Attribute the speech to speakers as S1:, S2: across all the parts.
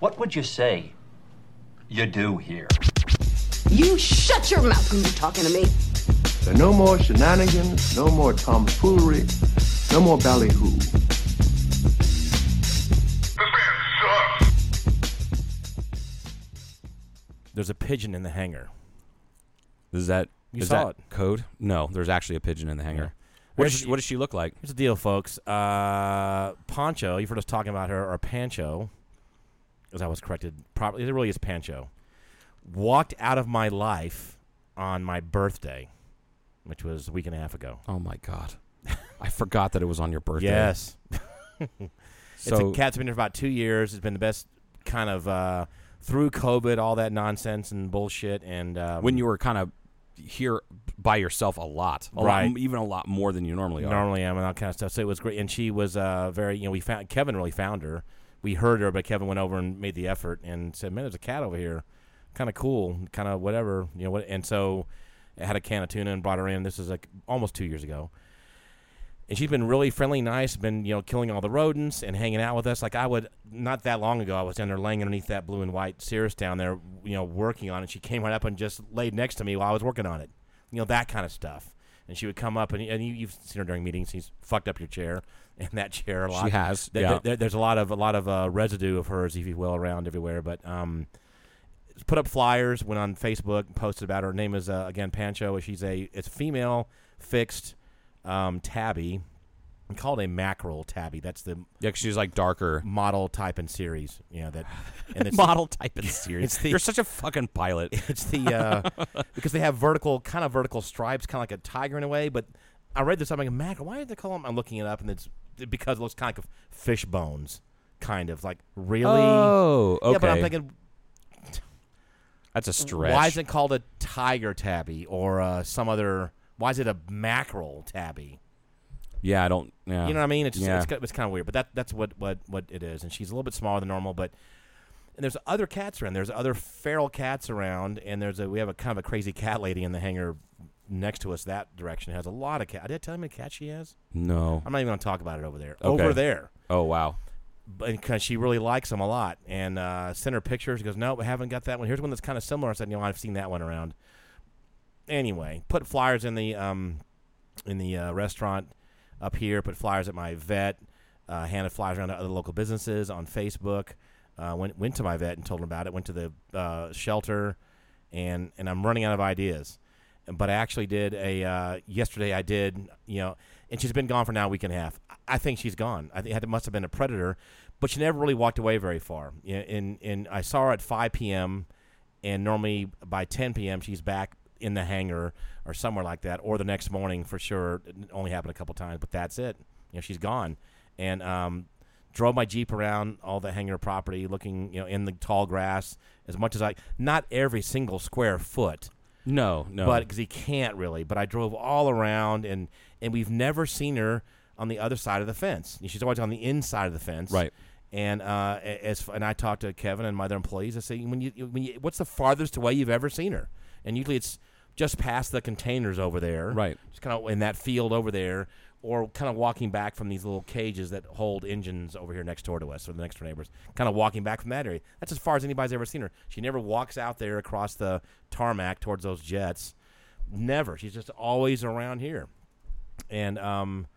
S1: What would you say you do here?
S2: You shut your mouth when you're talking to me.
S3: There are no more shenanigans, no more tomfoolery, no more ballyhoo.
S4: There's a pigeon in the hangar.
S5: Is that
S4: You
S5: is
S4: saw
S5: that
S4: it.
S5: code? No, there's actually a pigeon in the hangar. What, does
S4: There's-
S5: she, what does she look like?
S4: Here's the deal, folks. Uh, Poncho, you've heard us talking about her, or Pancho, as I was corrected. Probably it really is Pancho. Walked out of my life on my birthday, which was a week and a half ago.
S5: Oh my god, I forgot that it was on your birthday.
S4: Yes,
S5: so
S4: it's a cat's been here for about two years. It's been the best kind of uh, through COVID, all that nonsense and bullshit. And um,
S5: when you were kind of here by yourself a lot, a
S4: Right.
S5: lot, even a lot more than you normally are.
S4: normally am and all kind of stuff. So it was great, and she was uh, very. You know, we found Kevin really found her. We heard her, but Kevin went over and made the effort and said, "Man, there's a cat over here, kind of cool, kind of whatever, you know." What, and so I had a can of tuna and brought her in. This is like almost two years ago. And she's been really friendly, nice, been, you know, killing all the rodents and hanging out with us. Like I would not that long ago, I was down there laying underneath that blue and white cirrus down there, you know, working on it. She came right up and just laid next to me while I was working on it. You know, that kind of stuff. And she would come up and, and you, you've seen her during meetings, she's fucked up your chair and that chair a lot.
S5: She has,
S4: There-
S5: yeah.
S4: there- there- there's a lot of a lot of uh, residue of hers, if you will, around everywhere. But um put up flyers, went on Facebook, posted about her. her name is uh, again Pancho. She's a it's a female fixed um, tabby. We call it a mackerel tabby. That's the
S5: Yeah, 'cause she's like darker.
S4: model type and series. You know that, and it's,
S5: Model type and series.
S4: It's the-
S5: You're such a fucking pilot.
S4: it's the uh, because they have vertical kind of vertical stripes, kind of like a tiger in a way. But I read this, I'm like mackerel. Why did they call them? I'm looking it up, and it's because it looks kind of like fish bones, kind of like really.
S5: Oh, okay.
S4: Yeah, but I'm thinking
S5: That's a stretch.
S4: Why is it called a tiger tabby or uh, some other? Why is it a mackerel tabby?
S5: Yeah, I don't. Yeah.
S4: You know what I mean? It's just,
S5: yeah.
S4: it's, ki- it's kind of weird, but that that's what, what what it is. And she's a little bit smaller than normal, but and there's other cats around. There's other feral cats around, and there's a we have a kind of a crazy cat lady in the hangar next to us that direction has a lot of cat. Did I tell you how many cats she has?
S5: no.
S4: I'm not even going to talk about it over there.
S5: Okay.
S4: Over there.
S5: Oh wow.
S4: because she really likes them a lot and uh, sent her pictures. She goes, no, we haven't got that one. Here's one that's kind of similar. I said, you know, I've seen that one around. Anyway, put flyers in the um, in the uh, restaurant up here. Put flyers at my vet. Uh, handed flyers around to other local businesses on Facebook. Uh, went went to my vet and told him about it. Went to the uh, shelter, and and I'm running out of ideas. But I actually did a uh, yesterday. I did you know, and she's been gone for now a week and a half. I- I think she's gone. I think it must have been a predator, but she never really walked away very far. Yeah, And and I saw her at 5 p.m and normally by 10 p.m. she's back in the hangar or somewhere like that, or the next morning for sure. It only happened a couple times, but that's it. You know, she's gone. And um, drove my jeep around all the hangar property, looking you know in the tall grass as much as I. Not every single square foot,
S5: No, no.
S4: but because he can't really. But I drove all around, and and we've never seen her on the other side of the fence. She's always on the inside of the fence,
S5: Right.
S4: And uh, a- as and I talked to Kevin and my other employees. I say, when you when you, what's the farthest away you've ever seen her? And usually it's just past the containers over there,
S5: Right.
S4: Just kind of in that field over there, or kind of walking back from these little cages that hold engines over here next door to us or the next door neighbors. Kind of walking back from that area. That's as far as anybody's ever seen her. She never walks out there across the tarmac towards those jets. Never. She's just always around here. And um,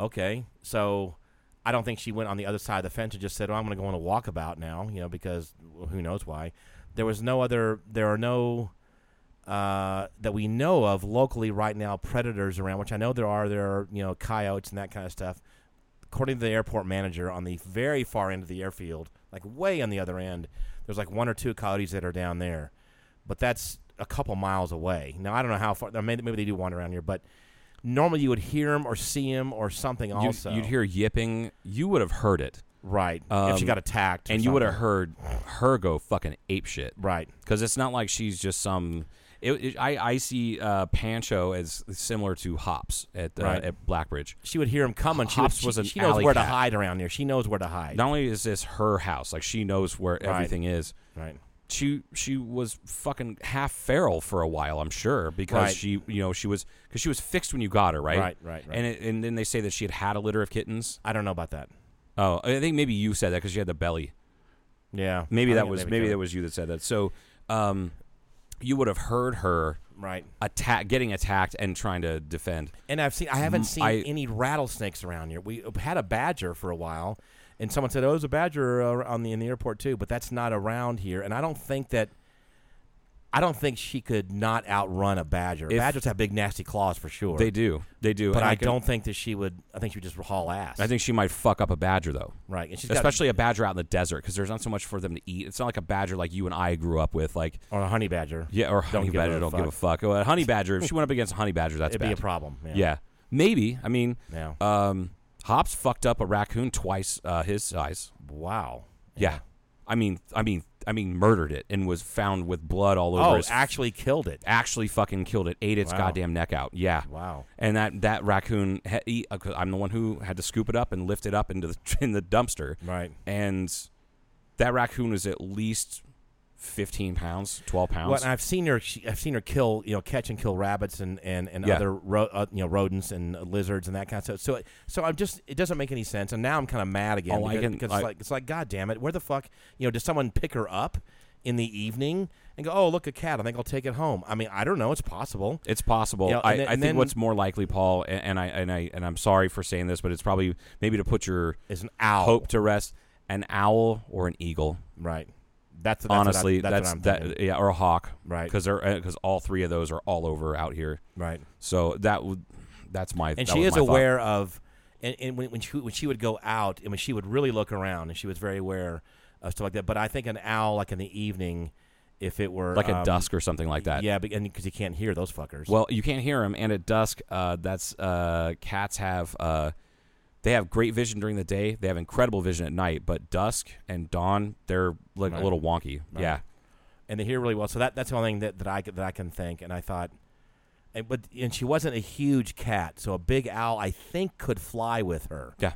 S4: okay, so I don't think she went on the other side of the fence and just said, "Oh, I'm going to go on a walkabout now," you know, because well, who knows why. There was no other. There are no uh, that we know of locally right now predators around, which I know there are. There are you know coyotes and that kind of stuff. According to the airport manager, on the very far end of the airfield, like way on the other end, there's like one or two coyotes that are down there, but that's a couple miles away. Now I don't know how far. I mean, maybe they do wander around here, but normally you would hear them or see them or something.
S5: you,
S4: Also,
S5: would hear yipping. You would have heard it,
S4: Right. if she
S5: Um,
S4: got attacked. or
S5: and you would have
S4: something.
S5: heard her go fucking ape shit.
S4: Right.
S5: Because it's not like she's just some. It, it- I I see uh, Pancho as similar to Hops at uh,
S4: Right.
S5: at Blackbridge.
S4: She would hear him coming. She, would,
S5: Hops
S4: she,
S5: was an
S4: she knows
S5: alley
S4: where to
S5: cat.
S4: hide around here. She knows where to hide.
S5: Not only is this her house, like she knows where everything is.
S4: Right.
S5: She she was fucking half feral for a while, I'm sure, because
S4: Right.
S5: she you know she was because she was fixed when you got her, right?
S4: Right, right, right.
S5: And it, and then they say that she had had a litter of kittens.
S4: I don't know about that.
S5: Oh, I think maybe you said that because she had the belly.
S4: Yeah.
S5: Maybe
S4: I
S5: that
S4: think
S5: was
S4: may be
S5: maybe
S4: true.
S5: that was you that said that. So, um, you would have heard her
S4: right.
S5: attack, getting attacked, and trying to defend.
S4: And I've seen I haven't
S5: Mm,
S4: seen
S5: I-
S4: any rattlesnakes around here. We had a badger for a while, and someone said, "Oh, there's a badger uh, on the in the airport too," but that's not around here. And I don't think that. I don't think she could not outrun a badger.
S5: If-
S4: Badgers have big nasty claws for sure.
S5: They do, they do.
S4: but
S5: and
S4: I,
S5: can-
S4: don't think that she would. I think she would just haul ass.
S5: I think she might fuck up a badger though.
S4: right, and she's got-
S5: Especially a badger out in the desert because there's not so much for them to eat. It's not like a badger like you and I grew up with. Like
S4: or a honey badger.
S5: yeah, or
S4: Don't
S5: honey
S4: give
S5: badger
S4: a
S5: don't give a
S4: fuck.
S5: fuck. Well, a honey badger. if she went up against a honey badger, that's
S4: it'd
S5: bad.
S4: be a problem. Yeah.
S5: Yeah, maybe. I mean,
S4: Yeah.
S5: um, Hops fucked up a raccoon twice uh, his size.
S4: Wow.
S5: Yeah. I mean, I mean, I mean, murdered it and was found with blood all over.
S4: Oh,
S5: his
S4: actually killed it.
S5: actually fucking killed it, ate its
S4: Wow.
S5: goddamn neck out. Yeah.
S4: Wow.
S5: And that that raccoon, ha- he, uh, 'cause I'm the one who had to scoop it up and lift it up into the in the dumpster.
S4: Right.
S5: And that raccoon is at least 15 pounds, 12 pounds.
S4: Well, and I've seen her. She, I've seen her kill, you know, catch and kill rabbits and and and
S5: Yeah.
S4: other ro- uh, you know rodents and lizards and that kind of stuff. So so I'm just it doesn't make any sense. And now I'm kind of mad again
S5: Oh, I
S4: because,
S5: can-
S4: because
S5: I-
S4: it's like it's like God damn it, where the fuck you know does someone pick her up in the evening and go, oh look a cat, I think I'll take it home. I mean I don't know, it's possible.
S5: It's possible.
S4: Yeah,
S5: I,
S4: and then-
S5: I
S4: and
S5: think
S4: then-
S5: what's more likely, Paul, and, and I and I and I'm sorry for saying this, but it's probably maybe to put your
S4: Is an owl
S5: hope to rest, an owl or an eagle.
S4: right? That's, that's what I-
S5: Honestly,
S4: that's,
S5: that's,
S4: what I'm thinking.
S5: that yeah, or a hawk,
S4: Right.
S5: Because they're because all three of those are all over out here.
S4: right.
S5: So that would that's my
S4: and
S5: that
S4: she
S5: was
S4: is
S5: my thought.
S4: aware of and, and when, when she when she would go out and when she would really look around and she was very aware of stuff like that but i think an owl like in the evening if it were
S5: like
S4: um,
S5: at dusk or something like that.
S4: yeah because you can't hear those fuckers
S5: Well, you can't hear them, and at dusk, uh, that's uh, cats have uh, they have great vision during the day. They have incredible vision at night, but dusk and dawn, they're like
S4: Right.
S5: a little wonky. Yeah.
S4: and they hear really well so that that's the only thing that, that i could- that i can think and i thought and, but and she wasn't a huge cat so a big owl i think could fly with her
S5: Yeah.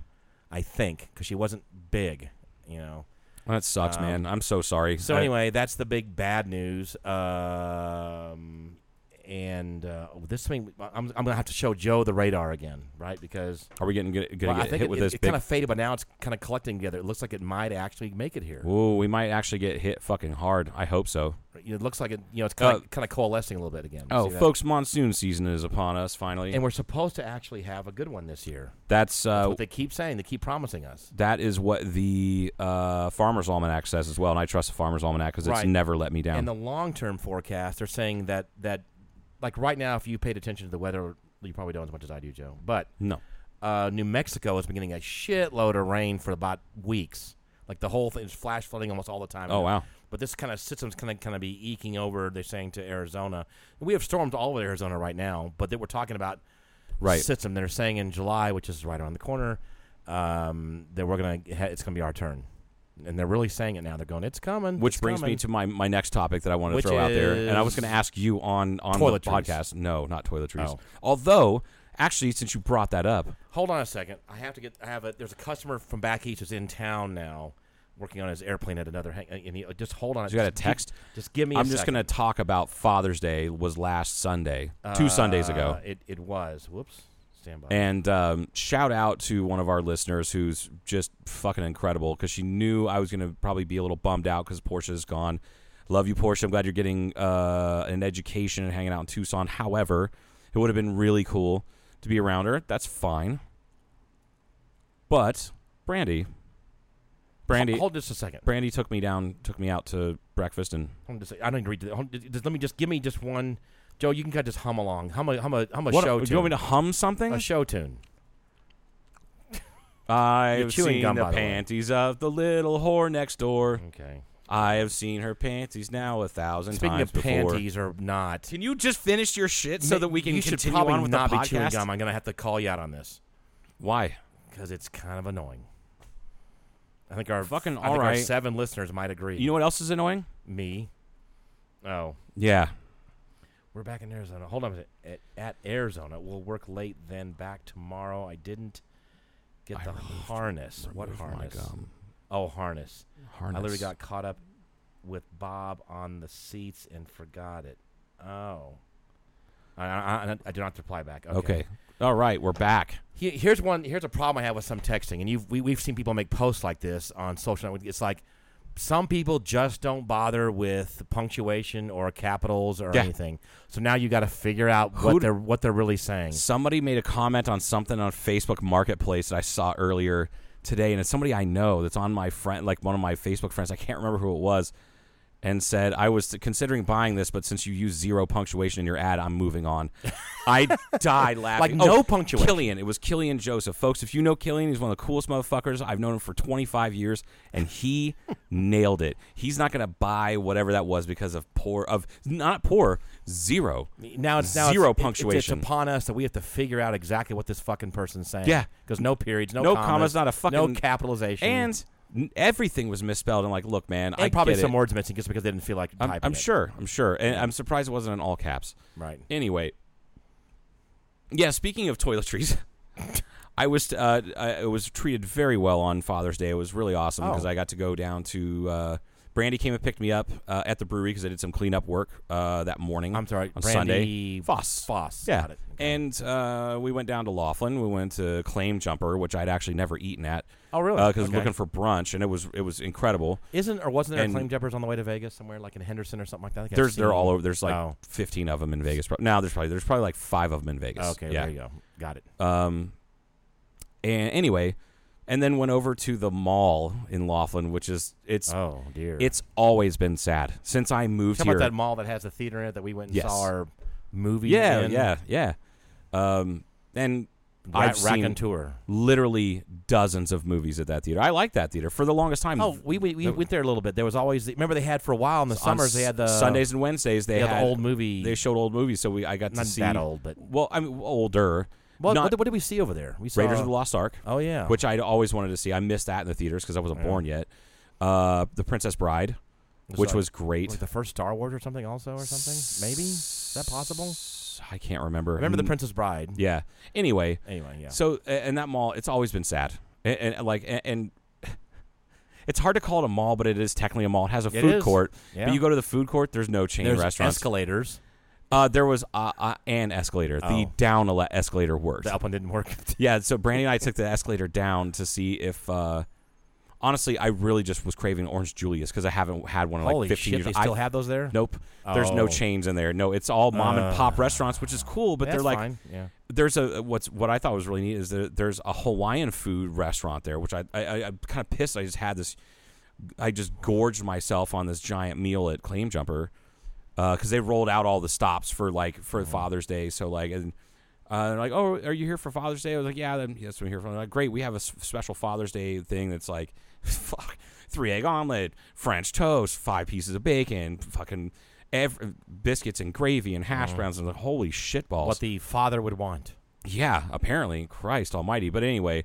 S4: i think because she wasn't big you know
S5: That sucks, man. I'm so sorry.
S4: Um, So
S5: I-
S4: anyway, that's the big bad news. Um, and uh, oh, this thing, I'm, I'm gonna have to show Joe the radar again, right? Because
S5: are we getting good,
S4: well,
S5: gonna
S4: I
S5: get
S4: think
S5: hit
S4: it,
S5: with
S4: it-
S5: this
S4: it
S5: big?
S4: kind of faded, but now it's kind of collecting together. It looks like it might actually make it here.
S5: Ooh, we might actually get hit fucking hard. I hope so.
S4: You know, It looks like it, you know, it's kind of
S5: Uh,
S4: kind of coalescing a little bit again.
S5: Oh,
S4: See that?
S5: folks, monsoon season is upon us finally.
S4: And we're supposed to actually have a good one this year.
S5: that's uh,
S4: But they keep saying, they keep promising us.
S5: that is what the uh, Farmer's Almanac says as well, and I trust the Farmer's Almanac because it's
S4: Right.
S5: never let me down.
S4: And the long-term forecast, they're saying that that, like right now, if you paid attention to the weather, you probably don't as much as I do, Joe. But
S5: no,
S4: uh, New Mexico has been getting a shitload of rain for about weeks. Like the whole thing is flash flooding almost all the time.
S5: Oh, wow.
S4: But this kind of system's kind of kind of be eking over. They're saying to Arizona, we have storms all over Arizona right now, but that we're talking about
S5: Right.
S4: system. They're saying in July, which is right around the corner, um, that we're gonna ha- it's gonna be our turn, and they're really saying it now. They're going, it's coming.
S5: which
S4: it's
S5: brings me
S4: coming."
S5: to my, my next topic that I wanted to
S4: Which
S5: throw out there, and I was
S4: is-
S5: going to ask you on on the
S4: Toiletries.
S5: podcast. No, not toiletries.
S4: Oh.
S5: Although, actually, since you brought that up,
S4: Hold on a second. I have to get. I have a. There's a customer from back east who's in town now, working on his airplane at another. Hang, and he, uh, just hold on.
S5: You got a
S4: Just give-
S5: text?
S4: Just give me.
S5: I'm
S4: a
S5: just
S4: second.
S5: going to talk about Father's Day was last Sunday, two Sundays ago,
S4: Uh, it it was. Whoops. Stand by.
S5: and um, shout out to one of our listeners who's just fucking incredible because she knew I was going to probably be a little bummed out because Porsche is gone. Love you, Porsche. I'm glad you're getting uh, an education and hanging out in Tucson. However, it would have been really cool to be around her. That's fine. But Brandy, Brandy,
S4: hold just a second.
S5: Brandy took me down, took me out to breakfast, and
S4: Hold just, I don't agree to that. Hold, just, let me just give me just one. Joe, you can kind of just hum along. Hum a hum a hum a
S5: What-
S4: show
S5: do
S4: tune.
S5: you want me to hum something?
S4: a show tune.
S5: I
S4: You're
S5: have
S4: chewing
S5: seen
S4: gum,
S5: the
S4: by the way.
S5: panties of the little whore next door.
S4: Okay.
S5: I have seen her panties now a thousand
S4: Speaking
S5: times
S4: of
S5: before.
S4: panties or not,
S5: Can you just finish your shit so that we can
S4: you should
S5: continue
S4: probably
S5: on with
S4: not
S5: the
S4: be chewing
S5: podcast?
S4: gum. I'm gonna have to call you out on this
S5: Why?
S4: because it's kind of annoying. I think our
S5: Fucking
S4: I think our
S5: alright.
S4: seven listeners might agree.
S5: You know what else is annoying?
S4: me. Oh,
S5: Yeah.
S4: We're back in Arizona. Hold on a minute. At, at Arizona, we'll work late, then back tomorrow. I didn't get the harness. What
S5: Remove my
S4: harness?
S5: gum.
S4: Oh, harness.
S5: Harness.
S4: I literally got caught up with Bob on the seats and forgot it. Oh. I, I, I- I do not have to reply back. Okay.
S5: Okay. All right, we're back.
S4: He- here's one. Here's a problem I have with some texting, and you've we, we've seen people make posts like this on social. network. It's like some people just don't bother with punctuation or capitals or
S5: Yeah.
S4: anything. So now you got to figure out
S5: Who
S4: what
S5: d-
S4: they're what they're really saying.
S5: Somebody made a comment on something on Facebook Marketplace that I saw earlier today, and it's somebody I know that's on my friend, like one of my Facebook friends. I can't remember who it was, and said I was considering buying this, but since you use zero punctuation in your ad, I'm moving on. I died laughing. Oh,
S4: Like, no punctuation.
S5: Killian, it was Killian Joseph, folks. If you know Killian, he's one of the coolest motherfuckers. I've known him for 25 years, and he nailed it. He's not gonna buy whatever that was because of poor of not poor zero.
S4: Now it's now
S5: zero
S4: it's, it- it's- It's,
S5: punctuation.
S4: upon us that we have to figure out exactly what this fucking person's saying.
S5: Yeah.
S4: because no periods, no
S5: no
S4: commas,
S5: commas, not a fucking
S4: no capitalization,
S5: and n- everything was misspelled. I'm like, look, man,
S4: and
S5: I
S4: probably
S5: get
S4: some
S5: it.
S4: words missing just because they didn't feel like
S5: I'm,
S4: typing.
S5: I'm
S4: it.
S5: sure, I'm sure, and I'm surprised it wasn't in all caps.
S4: Right.
S5: Anyway, yeah. Speaking of toiletries, I was uh, I I was treated very well on Father's Day. It was really awesome because
S4: Oh.
S5: I got to go down to. Uh, Brandy came and picked me up uh, at the brewery because I did some cleanup work uh, that morning.
S4: I'm sorry,
S5: on
S4: Brandy
S5: Sunday. Foss,
S4: Foss.
S5: yeah.
S4: Got it. Okay.
S5: And uh, we went down to Laughlin. We went to Claim Jumper, which I'd actually never eaten at. Uh,
S4: Oh, really?
S5: Because
S4: Okay.
S5: looking for brunch, and it was it was incredible.
S4: Isn't or wasn't there
S5: and-
S4: claim jumpers on the way to Vegas somewhere like in Henderson or something like that? I think I've
S5: There's they're
S4: seen-
S5: all over. There's like
S4: Oh.
S5: 15 of them in Vegas. Pro- Now there's probably there's probably like five of them in Vegas.
S4: Okay,
S5: yeah.
S4: there you go. Got it.
S5: Um, and anyway, and then went over to the mall in Laughlin, which is it's
S4: oh dear.
S5: it's always been sad since I moved
S4: Talk
S5: here.
S4: about that mall that has the theater in it that we went and
S5: Yes.
S4: saw our movie.
S5: yeah,
S4: in.
S5: yeah, yeah. Um, and
S4: Ra-
S5: I've seen
S4: Raconteur.
S5: literally dozens of movies at that theater. I like that theater for the longest time.
S4: Oh, we, we, we went there a little bit. There was always the, remember they had for a while in the
S5: on
S4: summers they had the
S5: Sundays and Wednesdays. They,
S4: they had the
S5: had
S4: old movie-
S5: They showed old movies, so we I got
S4: Not
S5: to see
S4: that old, but-
S5: well, I mean older.
S4: Well,
S5: not
S4: what, did- what did we see over there? We saw
S5: Raiders of the Lost Ark.
S4: Oh, yeah.
S5: which I'd always wanted to see. I missed that in the theaters because I wasn't born yet. Uh, the Princess Bride, which
S4: that-
S5: was great.
S4: like the first Star Wars or something also or something. Maybe is that possible?
S5: Mm. I can't remember.
S4: Remember the
S5: Mm,
S4: Princess Bride?
S5: Yeah. Anyway.
S4: Anyway, yeah.
S5: So a- and that mall, it's always been sad, and, and like and. and it's hard to call it a mall, but it is technically a mall. It has a
S4: It
S5: food
S4: is.
S5: court.
S4: Yeah.
S5: But you go to the food court, there's no chain
S4: There's
S5: restaurants.
S4: escalators.
S5: Uh, there was uh, uh, an escalator. The
S4: Oh.
S5: down ele- escalator worked.
S4: The up one didn't work.
S5: yeah, so Brandy and I took the escalator down to see if. Uh, honestly, I really just was craving Orange Julius because I haven't had one in
S4: Holy
S5: like 15
S4: shit!
S5: years.
S4: They still
S5: I-
S4: have those there?
S5: Nope. There's no
S4: Oh. Uh.
S5: chains in there. No, it's all mom and pop restaurants, which is cool, but
S4: That's
S5: they're like
S4: fine. Yeah.
S5: there's a what's what I thought was really neat is that there's a Hawaiian food restaurant there, which I I, I I'm kind of pissed. I just had this, I just gorged myself on this giant meal at Claim Jumper, because they rolled out all the stops for like for Father's Day. So like and. Uh, they're like, oh, are you here for Father's Day? I was like, yeah, then yes, I'm here for. They're Like, great, we have a s- special Father's Day thing that's like, fuck, three egg omelet, French toast, five pieces of bacon, fucking ev- biscuits and gravy and hash browns. And I'm like, holy shit balls!
S4: What the father would want.
S5: Yeah, apparently, Christ Almighty. But anyway,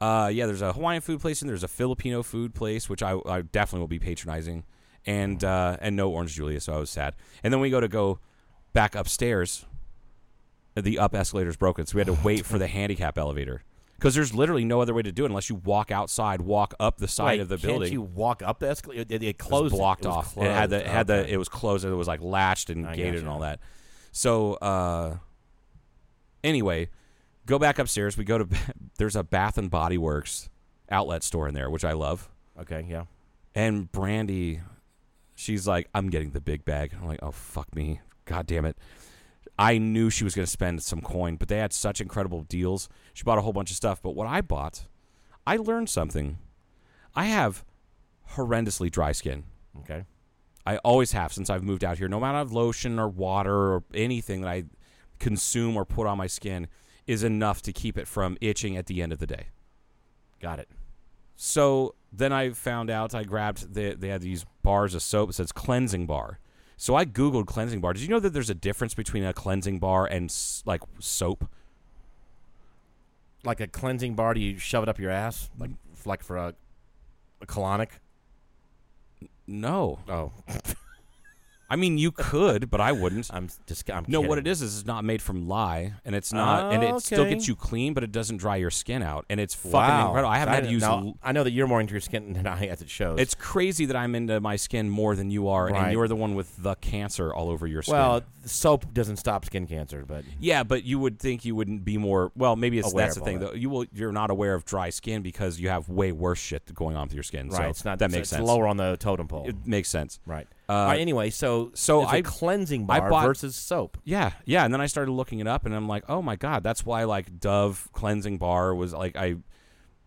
S5: uh, yeah, there's a Hawaiian food place and there's a Filipino food place, which I, I definitely will be patronizing,
S4: Mm.
S5: and uh, and no orange Julius, so I was sad. And then we go to go back upstairs. The up escalator's broken, so we had
S4: Oh,
S5: to wait for the handicap elevator because there's literally no other way to do it unless you walk outside, walk up the side
S4: Wait,
S5: of the
S4: can't
S5: building.
S4: you walk up the escalator? It, it- it
S5: It was
S4: closed.
S5: blocked
S4: it was
S5: off.
S4: Closed.
S5: It had the it had
S4: Okay.
S5: the it was closed and it was like latched and
S4: I
S5: gated
S4: gotcha.
S5: and all that. So uh anyway, go back upstairs. We go to there's a Bath and Body Works outlet store in there, which I love.
S4: Okay, yeah.
S5: And Brandy, she's like, I'm getting the big bag. I'm like, oh, fuck me. God damn it. I knew she was going to spend some coin, but they had such incredible deals. She bought a whole bunch of stuff. But what I bought, I learned something. I have horrendously dry skin.
S4: Okay.
S5: I always have since I've moved out here. No amount of lotion or water or anything that I consume or put on my skin is enough to keep it from itching at the end of the day.
S4: Got it.
S5: So then I found out I grabbed they they had these bars of soap that says cleansing bar. So I googled cleansing bar. Did you know that there's a difference between a cleansing bar and s- like soap?
S4: Like a cleansing bar, do you shove it up your ass? Like like for a, a colonic?
S5: No,
S4: Oh.
S5: I mean, you could, but I wouldn't.
S4: I'm just. I'm
S5: No,
S4: kidding.
S5: what it is is it's not made from lye, and it's not, and it still
S4: Okay.
S5: gets you clean, but it doesn't dry your skin out, and it's fucking
S4: Wow.
S5: incredible. I haven't had to
S4: didn't
S5: use.
S4: know-
S5: l-
S4: I know that you're more into your skin than I, as it shows.
S5: It's crazy that I'm into my skin more than you are,
S4: Right.
S5: and you're the one with the cancer all over your skin.
S4: well, soap doesn't stop skin cancer, but
S5: yeah, but you would think you wouldn't be more. Well, maybe it's
S4: Aware
S5: that's the
S4: of
S5: thing
S4: all
S5: though. You will. You're not aware of dry skin because you have way worse shit going on with your skin.
S4: right,
S5: so
S4: it's not
S5: that
S4: it's-
S5: makes
S4: it's
S5: sense.
S4: Lower on the totem pole,
S5: It makes sense.
S4: right?
S5: Uh,
S4: All right, anyway, so
S5: so
S4: it's a
S5: I-
S4: cleansing
S5: I
S4: bar
S5: bought-
S4: versus soap.
S5: Yeah, yeah. And then I started looking it up, and I'm like, oh my god, that's why like Dove cleansing bar was like I,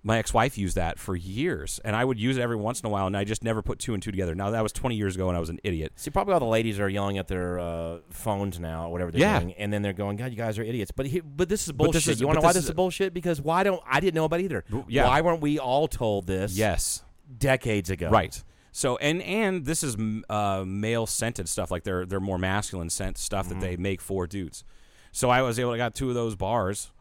S5: my ex-wife used that for years, and I would use it every once in a while, and I just never put two and two together. Now that was 20 years ago, and I was an idiot.
S4: See, probably all the ladies are yelling at their uh, phones now, or whatever they're
S5: Yeah.
S4: doing, and then they're going, "God, you guys are idiots." But he, but this is
S5: But
S4: bullshit.
S5: this is-
S4: you want to
S5: but
S4: know why
S5: this
S4: this
S5: is-
S4: is bullshit? Because why don't I didn't know about either?
S5: yeah.
S4: Why weren't we all told this?
S5: Yes,
S4: decades ago.
S5: right. So and and this is m- uh, male scented stuff, like they're they're more masculine scent stuff
S4: Mm-hmm.
S5: that they make for dudes. So I was able to got two of those bars,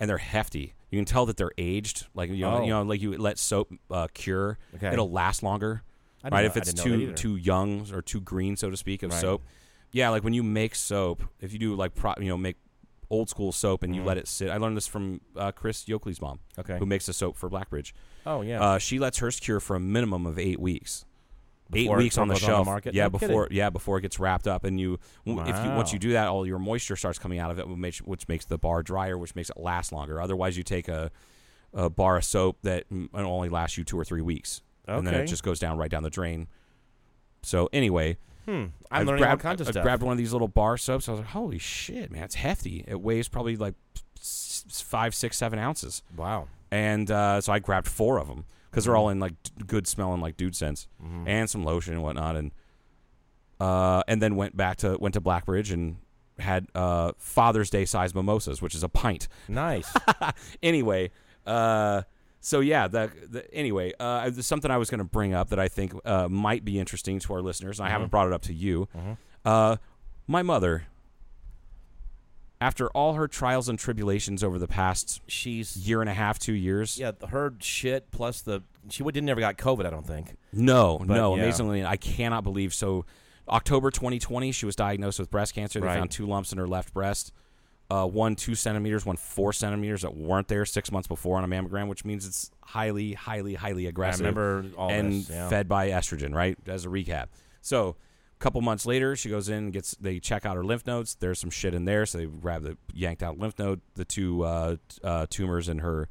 S5: and they're hefty. You can tell that they're aged, like you know,
S4: Oh.
S5: you know, like you let soap uh, cure,
S4: Okay.
S5: it'll last longer.
S4: I didn't
S5: right,
S4: know-
S5: if
S4: I
S5: it's
S4: didn't know that
S5: too
S4: either.
S5: too young or too green, so to speak, of
S4: Right.
S5: soap. Yeah, like when you make soap, if you do like pro, you know, make old school soap and you let it sit. I learned this from uh, Chris Yoakley's mom,
S4: Mm-hmm. Okay.
S5: who makes the soap for Blackbridge.
S4: Oh yeah.
S5: Uh, she lets hers cure for a minimum of eight weeks.
S4: Before
S5: eight
S4: it
S5: weeks on the
S4: goes on
S5: shelf.
S4: the market?
S5: Yeah,
S4: No
S5: before
S4: kidding.
S5: yeah before it gets wrapped up, and you w- if you once
S4: Wow.
S5: you do that, all your moisture starts coming out of it, which, which makes the bar drier, which makes it last longer. Otherwise, you take a a bar of soap that mm, only lasts you two or three weeks, and then it
S4: Okay.
S5: just goes down right down the drain. So anyway,
S4: I'm
S5: I've
S4: learning
S5: grabbed,
S4: all kinds of
S5: I- I
S4: stuff.
S5: grabbed one of these little bar soaps. I was like, holy shit, man, it's hefty. It weighs probably like s- s- five, six, seven ounces
S4: wow.
S5: and uh, so I grabbed four of them because they're all in like d- good smelling like dude scents and some lotion and whatnot, and uh, and then went back to went to Blackbridge and had uh, Father's Day size mimosas, which is a pint.
S4: Nice.
S5: Anyway, uh, so yeah, the, the anyway, uh, there's something I was going to bring up that I think uh, might be interesting to our listeners, and I haven't brought it up to you. Uh, my mother. After all her trials and tribulations over the past
S4: She's
S5: year and a half, two years,
S4: yeah. Her shit plus the she would- didn't never got COVID. I don't think.
S5: No, no.
S4: yeah.
S5: Amazingly, I cannot believe. So, October 2020, she was diagnosed with breast cancer. They
S4: Right.
S5: found two lumps in her left breast, uh, one two centimeters, one four centimeters that weren't there six months before on a mammogram, which means it's highly, highly, highly aggressive.
S4: remember all
S5: and
S4: this, yeah.
S5: fed by estrogen. Right as a recap. So, a couple months later, she goes in, gets they check out her lymph nodes. There's some shit in there, so they grabbed the yanked out lymph node, the two uh, t- uh, tumors in her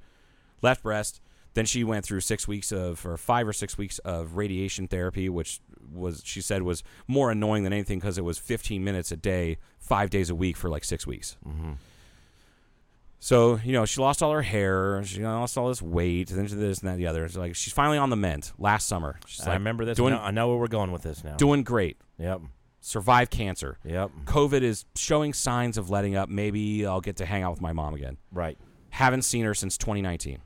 S5: left breast. Then she went through six weeks of, or five or six weeks of radiation therapy, which was she said was more annoying than anything because it was 15 minutes a day, five days a week for like six weeks. So you know she lost all her hair, she lost all this weight, and then this and that, and the other. It's like she's finally on the mend. Last summer, she's
S4: I
S5: like,
S4: remember this.
S5: doing
S4: I know- I know where we're going with this now.
S5: doing great,
S4: yep.
S5: survived cancer.
S4: Yep.
S5: COVID is showing signs of letting up. Maybe I'll get to hang out with my mom again.
S4: Right.
S5: Haven't seen her since 2019.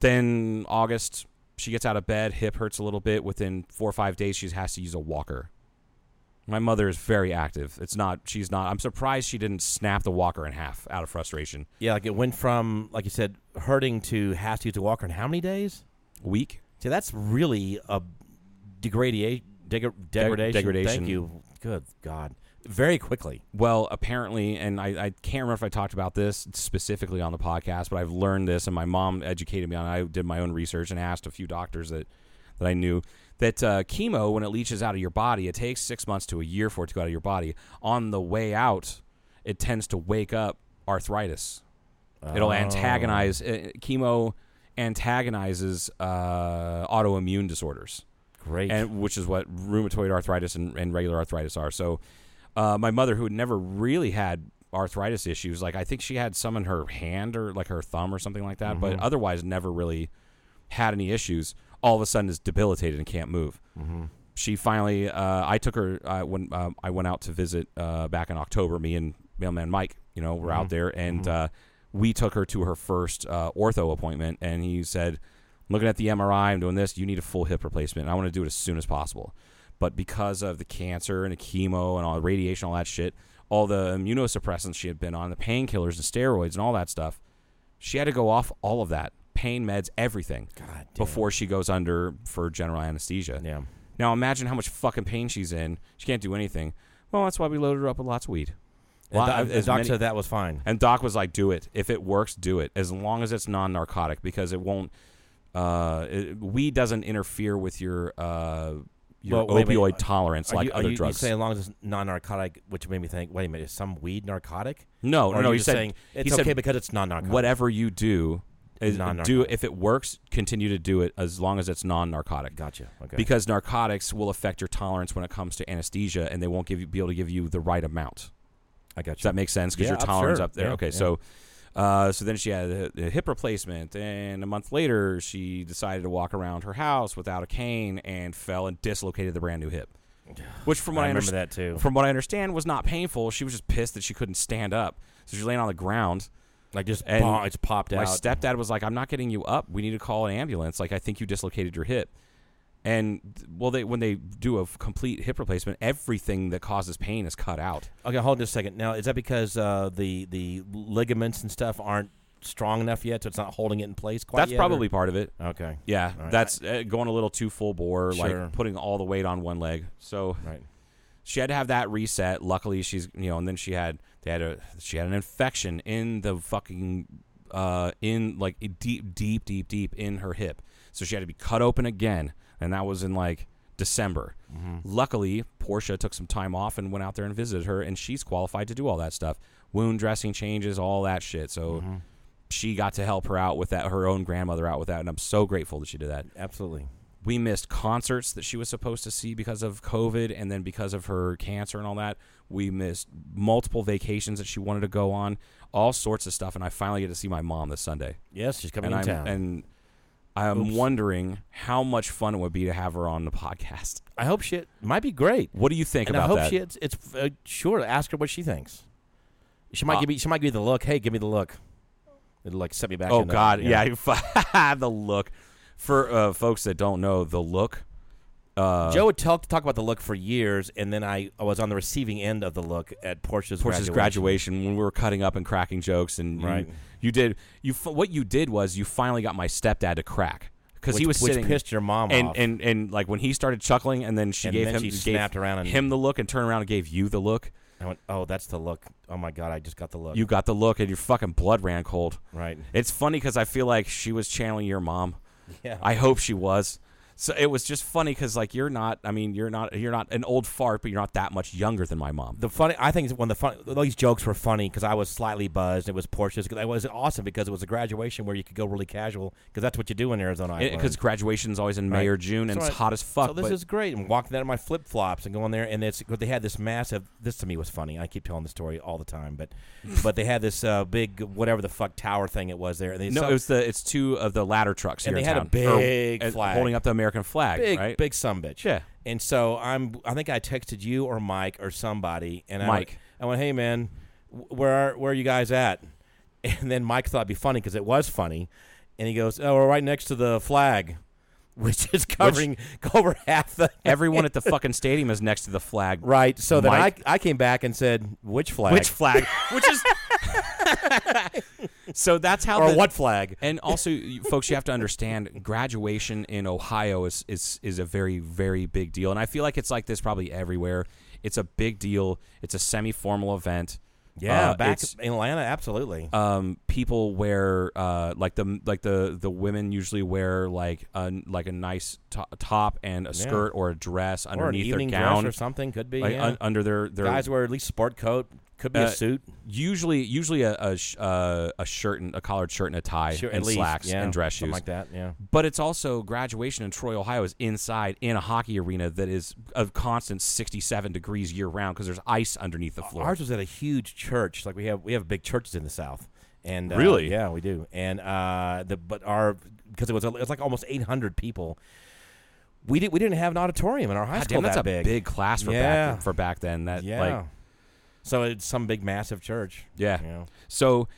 S5: Then August, she gets out of bed, hip hurts a little bit. Within four or five days, she has to use a walker. My mother is very active. It's not, she's not, I'm surprised she didn't snap the walker in half out of frustration.
S4: Yeah. Like it went from like you said hurting to has to use a walker in how many days?
S5: Weak?
S4: See, that's really a degradation. degradation.
S5: degradation.
S4: Thank you. Good God. Very quickly.
S5: Well, apparently, and I, I can't remember if I talked about this specifically on the podcast, but I've learned this, and my mom educated me on. it. I did my own research and asked a few doctors that that I knew that uh, chemo, when it leaches out of your body, it takes six months to a year for it to go out of your body. On the way out, it tends to wake up arthritis. It'll antagonize uh, chemo antagonizes uh, autoimmune disorders
S4: Great.
S5: and which is what rheumatoid arthritis and, and regular arthritis are. So, uh, my mother, who had never really had arthritis issues, like I think she had some in her hand or like her thumb or something like that, but otherwise never really had any issues. All of a sudden, is debilitated and can't move. She finally, uh, I took her uh, when um, I went out to visit uh, back in October. Me and mailman Mike, you know, were out there, and uh, we took her to her first uh, ortho appointment, and he said looking at the MRI, I'm doing this. You need a full hip replacement. And I want to do it as soon as possible. But because of the cancer and the chemo and all the radiation, all that shit, all the immunosuppressants she had been on, the painkillers and steroids and all that stuff, she had to go off all of that pain meds, everything,
S4: God damn.
S5: before she goes under for general anesthesia.
S4: Yeah.
S5: Now imagine how much fucking pain she's in. She can't do anything. Well, that's why we loaded her up with lots of weed.
S4: And,
S5: Lot-
S4: doc-
S5: as
S4: and Doc
S5: many-
S4: said that was fine.
S5: and Doc was like, "Do it. If it works, do it. As long as it's non-narcotic, because it won't. Uh, it, weed doesn't interfere with your uh, your
S4: Well, wait,
S5: opioid
S4: wait.
S5: tolerance
S4: Are
S5: like
S4: you, are
S5: other
S4: you,
S5: drugs."
S4: You say as long as it's non-narcotic, which made me think. Wait a minute, is some weed narcotic?
S5: no,
S4: Or
S5: no,
S4: are
S5: no.
S4: you
S5: He
S4: just
S5: said
S4: saying it's
S5: he said
S4: okay because it's non-narcotic.
S5: whatever you do, is,
S4: Non-narcotic.
S5: do if it works, continue to do it as long as it's non-narcotic.
S4: Gotcha. Okay.
S5: Because narcotics will affect your tolerance when it comes to anesthesia, and they won't give you be able to give you the right amount.
S4: I got
S5: Does
S4: you.
S5: that make sense? Because
S4: Yeah,
S5: your
S4: I'm
S5: tolerance
S4: sure.
S5: up there.
S4: Yeah,
S5: okay,
S4: yeah.
S5: so uh, so then she had a, a hip replacement, and a month later she decided to walk around her house without a cane and fell and dislocated the brand new hip. Which, from what I,
S4: I remember
S5: underst-
S4: that, too.
S5: From what I understand, was not painful. She was just pissed that she couldn't stand up, so she's laying on the ground.
S4: Like just
S5: And
S4: bong, it's popped
S5: My
S4: out.
S5: stepdad was like, "I'm not getting you up. We need to call an ambulance. Like, I think you dislocated your hip." And well, they when they do a f- complete hip replacement, everything that causes pain is cut out.
S4: okay, hold just a second. Now, is that because uh, the the ligaments and stuff aren't strong enough yet, so it's not holding it in place quite?
S5: That's
S4: yet, or-
S5: probably part of it.
S4: okay.
S5: Yeah,
S4: All right.
S5: that's uh, going a little too full bore,
S4: Sure.
S5: like putting all the weight on one leg. So
S4: Right.
S5: she had to have that reset. Luckily, she's you know, and then she had they had a she had an infection in the fucking uh in like it deep deep deep deep in her hip, so she had to be cut open again, and that was in like December.
S4: Mm-hmm.
S5: Luckily, Portia took some time off and went out there and visited her, and she's qualified to do all that stuff, wound dressing changes, all that shit. So.
S4: Mm-hmm.
S5: She got to help her out with that, her own grandmother out with that, and I'm so grateful that she did that
S4: Absolutely.
S5: we missed concerts that she was supposed to see because of COVID and then because of her cancer and all that. We missed multiple vacations that she wanted to go on, all sorts of stuff. And I finally get to see my mom this Sunday.
S4: Yes, she's coming
S5: And
S4: in
S5: I'm,
S4: town.
S5: and I'm
S4: Oops.
S5: wondering how much fun it would be to have her on the podcast.
S4: I hope she it might be great.
S5: What do you think
S4: and
S5: about
S4: I hope
S5: that?
S4: she it's, it's uh, sure. Ask her what she thinks. She might
S5: Uh,
S4: give me. She might give you the look. Hey, give me the look. It'll like set me back.
S5: oh,
S4: in the-
S5: God.
S4: you know.
S5: yeah. the look. For uh, folks that don't know, the look. Uh,
S4: Joe would talk, talk about the look for years, and then I, I was on the receiving end of the look at Porsche's
S5: Porsche's graduation. when we were cutting up and cracking jokes, and you-
S4: Right.
S5: you, did you f- what you did was you finally got my stepdad to crack because he
S4: Which-
S5: was
S4: which
S5: sitting
S4: pissed your mom
S5: and,
S4: off.
S5: and and like when he started chuckling and then she
S4: And
S5: gave
S4: then
S5: him
S4: she
S5: gave
S4: snapped around and-
S5: him the look and turned around and gave you the look.
S4: I went, oh, that's the look. Oh my God, I just got the look.
S5: You got the look and your fucking blood ran cold.
S4: Right.
S5: It's funny because I feel like she was channeling your mom.
S4: Yeah.
S5: I hope she was. So it was just funny because like you're not. I mean, you're not. You're not an old fart, but you're not that much younger than my mom.
S4: the funny, I think it's one of the fun. All these jokes were funny because I was slightly buzzed. It was Porsche's. It was awesome because it was a graduation where you could go really casual because that's what you do in Arizona. I learned.
S5: Because graduation's always in May
S4: Right.
S5: or June, and
S4: So
S5: it's
S4: I-
S5: hot as fuck.
S4: So this
S5: but-
S4: is great. And walking out of my flip flops and going there, and it's 'cause they had this massive. This to me was funny. I keep telling the story all the time, but but they had this uh, big whatever the fuck tower thing it was there. And they
S5: No,
S4: some-
S5: it was the it's two of the ladder trucks
S4: And
S5: here
S4: they
S5: in
S4: had a
S5: town, Or-
S4: big
S5: and
S4: flag.
S5: holding up the American flag,
S4: big
S5: right?
S4: big some bitch.
S5: Yeah.
S4: And so I'm. I think I texted you or Mike or somebody, and I
S5: Mike.
S4: Went, I went, hey man, wh- where are, where are you guys at? And then Mike thought it'd be funny because it was funny, and he goes, oh, we're right next to the flag. Which is covering over half the
S5: Everyone at the fucking stadium is next to the flag,
S4: Right. So then I,
S5: Mike-
S4: I came back and said, which flag?
S5: Which flag? Which is so that's how
S4: or
S5: the-
S4: what flag?
S5: And also, you- folks, you have to understand graduation in Ohio is, is is a very very big deal, and I feel like it's like this probably everywhere. It's a big deal. It's a semi formal event.
S4: Yeah,
S5: Uh,
S4: back
S5: it's-
S4: in Atlanta, absolutely.
S5: um, people wear uh, like the like the the women usually wear like a like a nice to- top and a skirt or a dress
S4: or an
S5: underneath
S4: evening
S5: their
S4: dress
S5: gown
S4: or something could be.
S5: like
S4: yeah.
S5: un- under their their
S4: Guys wear at least sport coat, could be
S5: uh,
S4: a suit.
S5: Usually, usually a a, sh- uh, a shirt and a collared shirt and a tie
S4: Sure, at
S5: and
S4: least,
S5: slacks
S4: yeah,
S5: and dress
S4: something
S5: shoes
S4: like that. Yeah,
S5: But it's also graduation in Troy, Ohio is inside in a hockey arena that is a constant 67 degrees year round because there's ice underneath the floor.
S4: ours was at a huge church. Like we have we have big churches in the South. And uh,
S5: Really?
S4: yeah, we do. And uh, the but our because it was it was like almost 800 people. We did we didn't have an auditorium in our high
S5: God
S4: school
S5: damn, that's
S4: that
S5: a big, class for
S4: Yeah.
S5: back for back then. That
S4: Yeah.
S5: like
S4: so it's some big massive church.
S5: yeah.
S4: You know?
S5: So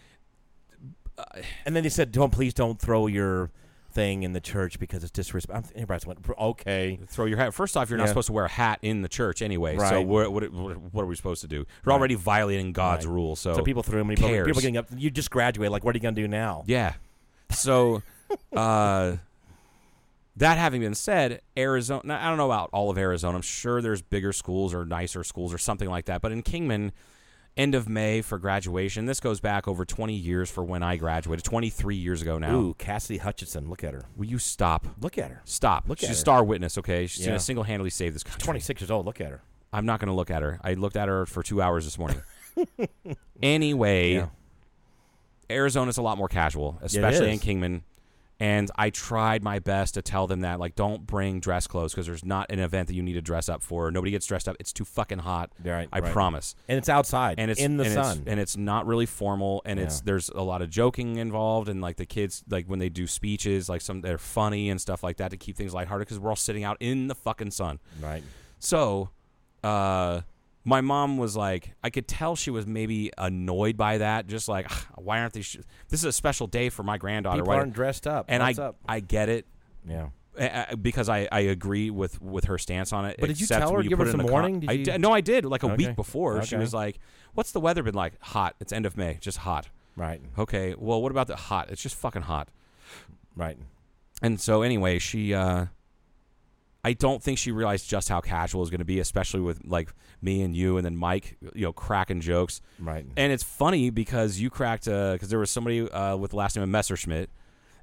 S4: And then they said, "Don't please don't throw your thing in the church because it's disrespectful." Everybody's went, "Okay."
S5: throw your hat. First off, you're not
S4: Yeah.
S5: supposed to wear a hat in the church anyway. So
S4: Right.
S5: what, what, what are we supposed to do? You're already violating God's
S4: Right.
S5: rule. So,
S4: So people threw him. and
S5: who
S4: People, people
S5: Oh, cares?
S4: getting up. You just graduated. Like, what are you gonna do now?
S5: yeah. So, uh, That having been said, Arizona, now, I don't know about all of Arizona. I'm sure there's bigger schools or nicer schools or something like that. But in Kingman, end of May for graduation, this goes back over 20 years for when I graduated, 23 years ago now.
S4: Ooh, Cassidy Hutchinson. Look at her.
S5: Will you stop?
S4: Look at her.
S5: Stop.
S4: Look at
S5: She's
S4: her.
S5: a star witness, okay? She's
S4: Yeah.
S5: going to single handedly save this country.
S4: 26 years old. Look at her.
S5: I'm not going to look at her. I looked at her for two hours this morning. anyway,
S4: Yeah.
S5: Arizona's a lot more casual, especially in
S4: is.
S5: Kingman. And I tried my best to tell them that, like, don't bring dress clothes because there's not an event that you need to dress up for. Nobody gets dressed up. It's too fucking hot.
S4: Right,
S5: I
S4: right.
S5: promise.
S4: And it's outside.
S5: And it's
S4: in the
S5: and it's-
S4: sun.
S5: and it's not really formal. And it's
S4: Yeah.
S5: there's a lot of joking involved, and like the kids, like when they do speeches, like some they're funny and stuff like that to keep things lighthearted because we're all sitting out in the fucking sun.
S4: right.
S5: So, uh, my mom was like, I could tell she was maybe annoyed by that. Just like, "Ugh, why aren't these? Sh- this is a special day for my granddaughter.
S4: People
S5: why-
S4: aren't dressed up.
S5: And
S4: What's
S5: I,
S4: up?
S5: I get it
S4: Yeah.
S5: uh, uh, because I, I agree with, with her stance on it.
S4: But did you
S5: except
S4: tell her,
S5: when you
S4: give
S5: put
S4: her
S5: it in
S4: some
S5: the
S4: warning? Did
S5: I
S4: you-
S5: did- no, I did. Like a
S4: Okay.
S5: week before, she
S4: Okay.
S5: was like, "What's the weather been like? Hot. It's end of May. Just hot.
S4: Right.
S5: Okay. Well, what about the hot? It's just fucking hot."
S4: Right.
S5: And so anyway, she uh I don't think she realized just how casual it was going to be, especially with like me and you and then Mike, you know, cracking jokes.
S4: Right.
S5: And it's funny because you cracked because there was somebody uh, with the last name of Messerschmitt,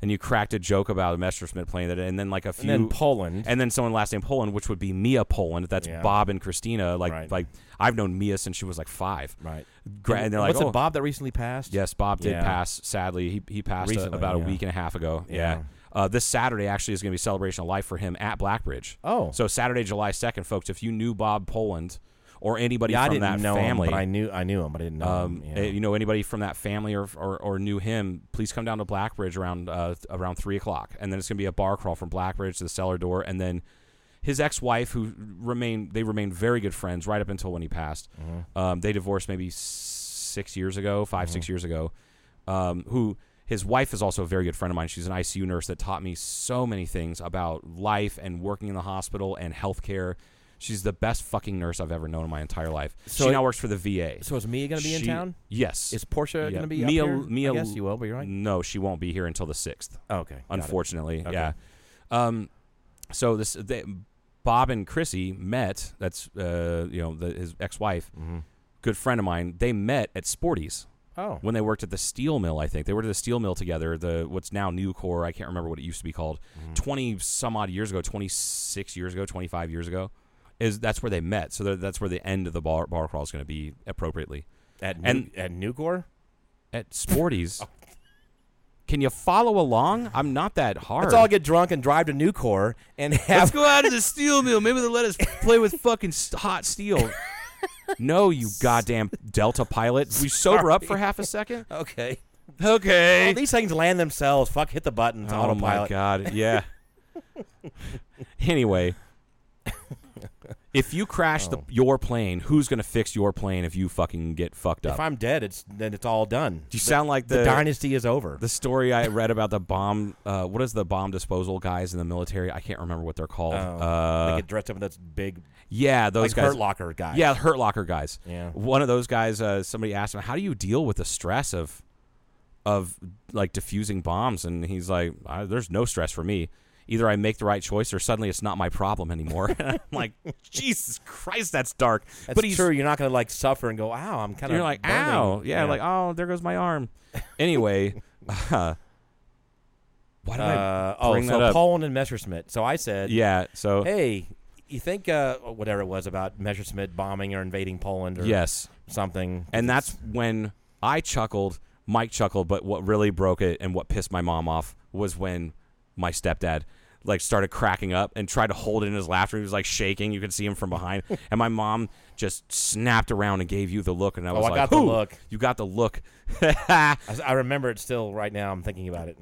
S5: and you cracked a joke about Messerschmitt playing that, and then like a few
S4: then Poland.
S5: and then someone last name Poland, which would be Mia Poland. That's
S4: Yeah.
S5: Bob and Christina. Like
S4: Right.
S5: like I've known Mia since she was like five.
S4: Right.
S5: Gra- and they're like,
S4: What's
S5: "Oh."
S4: it, Bob that recently passed?
S5: Yes, Bob did
S4: Yeah.
S5: pass. Sadly, he he passed a-
S4: Recently,
S5: about a
S4: yeah.
S5: week and a half ago. Yeah.
S4: Yeah.
S5: Uh, this Saturday actually is going to be celebration of life for him at Blackbridge.
S4: Oh.
S5: so Saturday, July second, folks. If you knew Bob Poland or anybody
S4: Yeah, I
S5: from
S4: didn't
S5: that
S4: know
S5: family,
S4: him, but I knew I knew him, but I didn't know
S5: um,
S4: him.
S5: eh,
S4: Yeah.
S5: you know anybody from that family or or, or knew him, please come down to Blackbridge around uh, th- around three o'clock, and then it's going to be a bar crawl from Blackbridge to the cellar door, and then his ex-wife, who remained they remained very good friends right up until when he passed.
S4: Mm-hmm.
S5: Um, they divorced maybe s- six years ago, 5 six years ago. Um, who his wife is also a very good friend of mine. She's an ICU nurse that taught me so many things about life and working in the hospital and healthcare. She's the best fucking nurse I've ever known in my entire life.
S4: So
S5: she
S4: it-
S5: now works for the VA.
S4: So is Mia gonna be in
S5: She-
S4: town?
S5: Yes.
S4: Is Portia
S5: Yeah.
S4: gonna be
S5: Mia,
S4: up here?
S5: Mia,
S4: I guess you will, but you're right.
S5: No, she won't be here until the sixth.
S4: Okay. got it.
S5: Unfortunately,
S4: Okay.
S5: yeah. Um, so this they, Bob and Chrissy met. That's uh, you know the, his ex-wife,
S4: Mm-hmm.
S5: good friend of mine. They met at Sporty's
S4: Oh.
S5: when they worked at the steel mill. I think they worked at the steel mill together. The what's now Nucor. I can't remember what it used to be called.
S4: Mm-hmm.
S5: Twenty some odd years ago, twenty six years ago, twenty five years ago, is that's where they met. So that- that's where the end of the bar bar crawl is going to be appropriately
S4: At New,
S5: and-
S4: at Newgore?
S5: at Sporty's. Can you follow along? I'm not that hard.
S4: Let's all get drunk and drive to Newcore and
S5: Let's
S4: have
S5: go out to the steel mill. Maybe they'll let us play with fucking s- hot steel. No, you goddamn Delta pilot. We sober up for half a second. Oh,
S4: Okay.
S5: Okay.
S4: Well, these things land themselves. Fuck, hit the button. It's
S5: oh
S4: autopilot.
S5: my god. Yeah. anyway, if you crash the, your plane, who's gonna fix your plane if you fucking get fucked up?
S4: If I'm dead, it's then it's all done.
S5: you sound like
S4: the, dynasty is over.
S5: the story I read about the bomb. Uh, what is the bomb disposal guys in the military? I can't remember what they're called. uh,
S4: they get dressed up in those big
S5: yeah, those
S4: Oh. like
S5: guys.
S4: Hurt Locker guys.
S5: Yeah, Hurt Locker guys.
S4: Yeah.
S5: One of those guys. Uh, somebody asked him, "How do you deal with the stress of, of like diffusing bombs?" And he's like, I, "There's no stress for me. Either I make the right choice, or suddenly it's not my problem anymore." And I'm like, "Jesus Christ, that's dark."
S4: That's
S5: but he's
S4: true. You're not going to like suffer and go, ow, I'm kind of.
S5: you're like, "Ow, yeah, like oh, there goes my arm." Anyway, uh, why did
S4: Uh,
S5: I
S4: oh,
S5: bring
S4: so
S5: that up?
S4: Poland and Messerschmitt. So I said,
S5: yeah. So
S4: hey, you think uh, whatever it was about Messerschmitt bombing or invading Poland or
S5: yes,
S4: something?
S5: and that's when I chuckled. Mike chuckled, but what really broke it and what pissed my mom off was when my stepdad like started cracking up and tried to hold in his laughter. He was like shaking; you could see him from behind. and my mom just snapped around and gave you the look, and I was
S4: Oh, I
S5: like,
S4: got the
S5: "Who?
S4: look."
S5: You got the look."
S4: I, I remember it still right now. I'm thinking about it.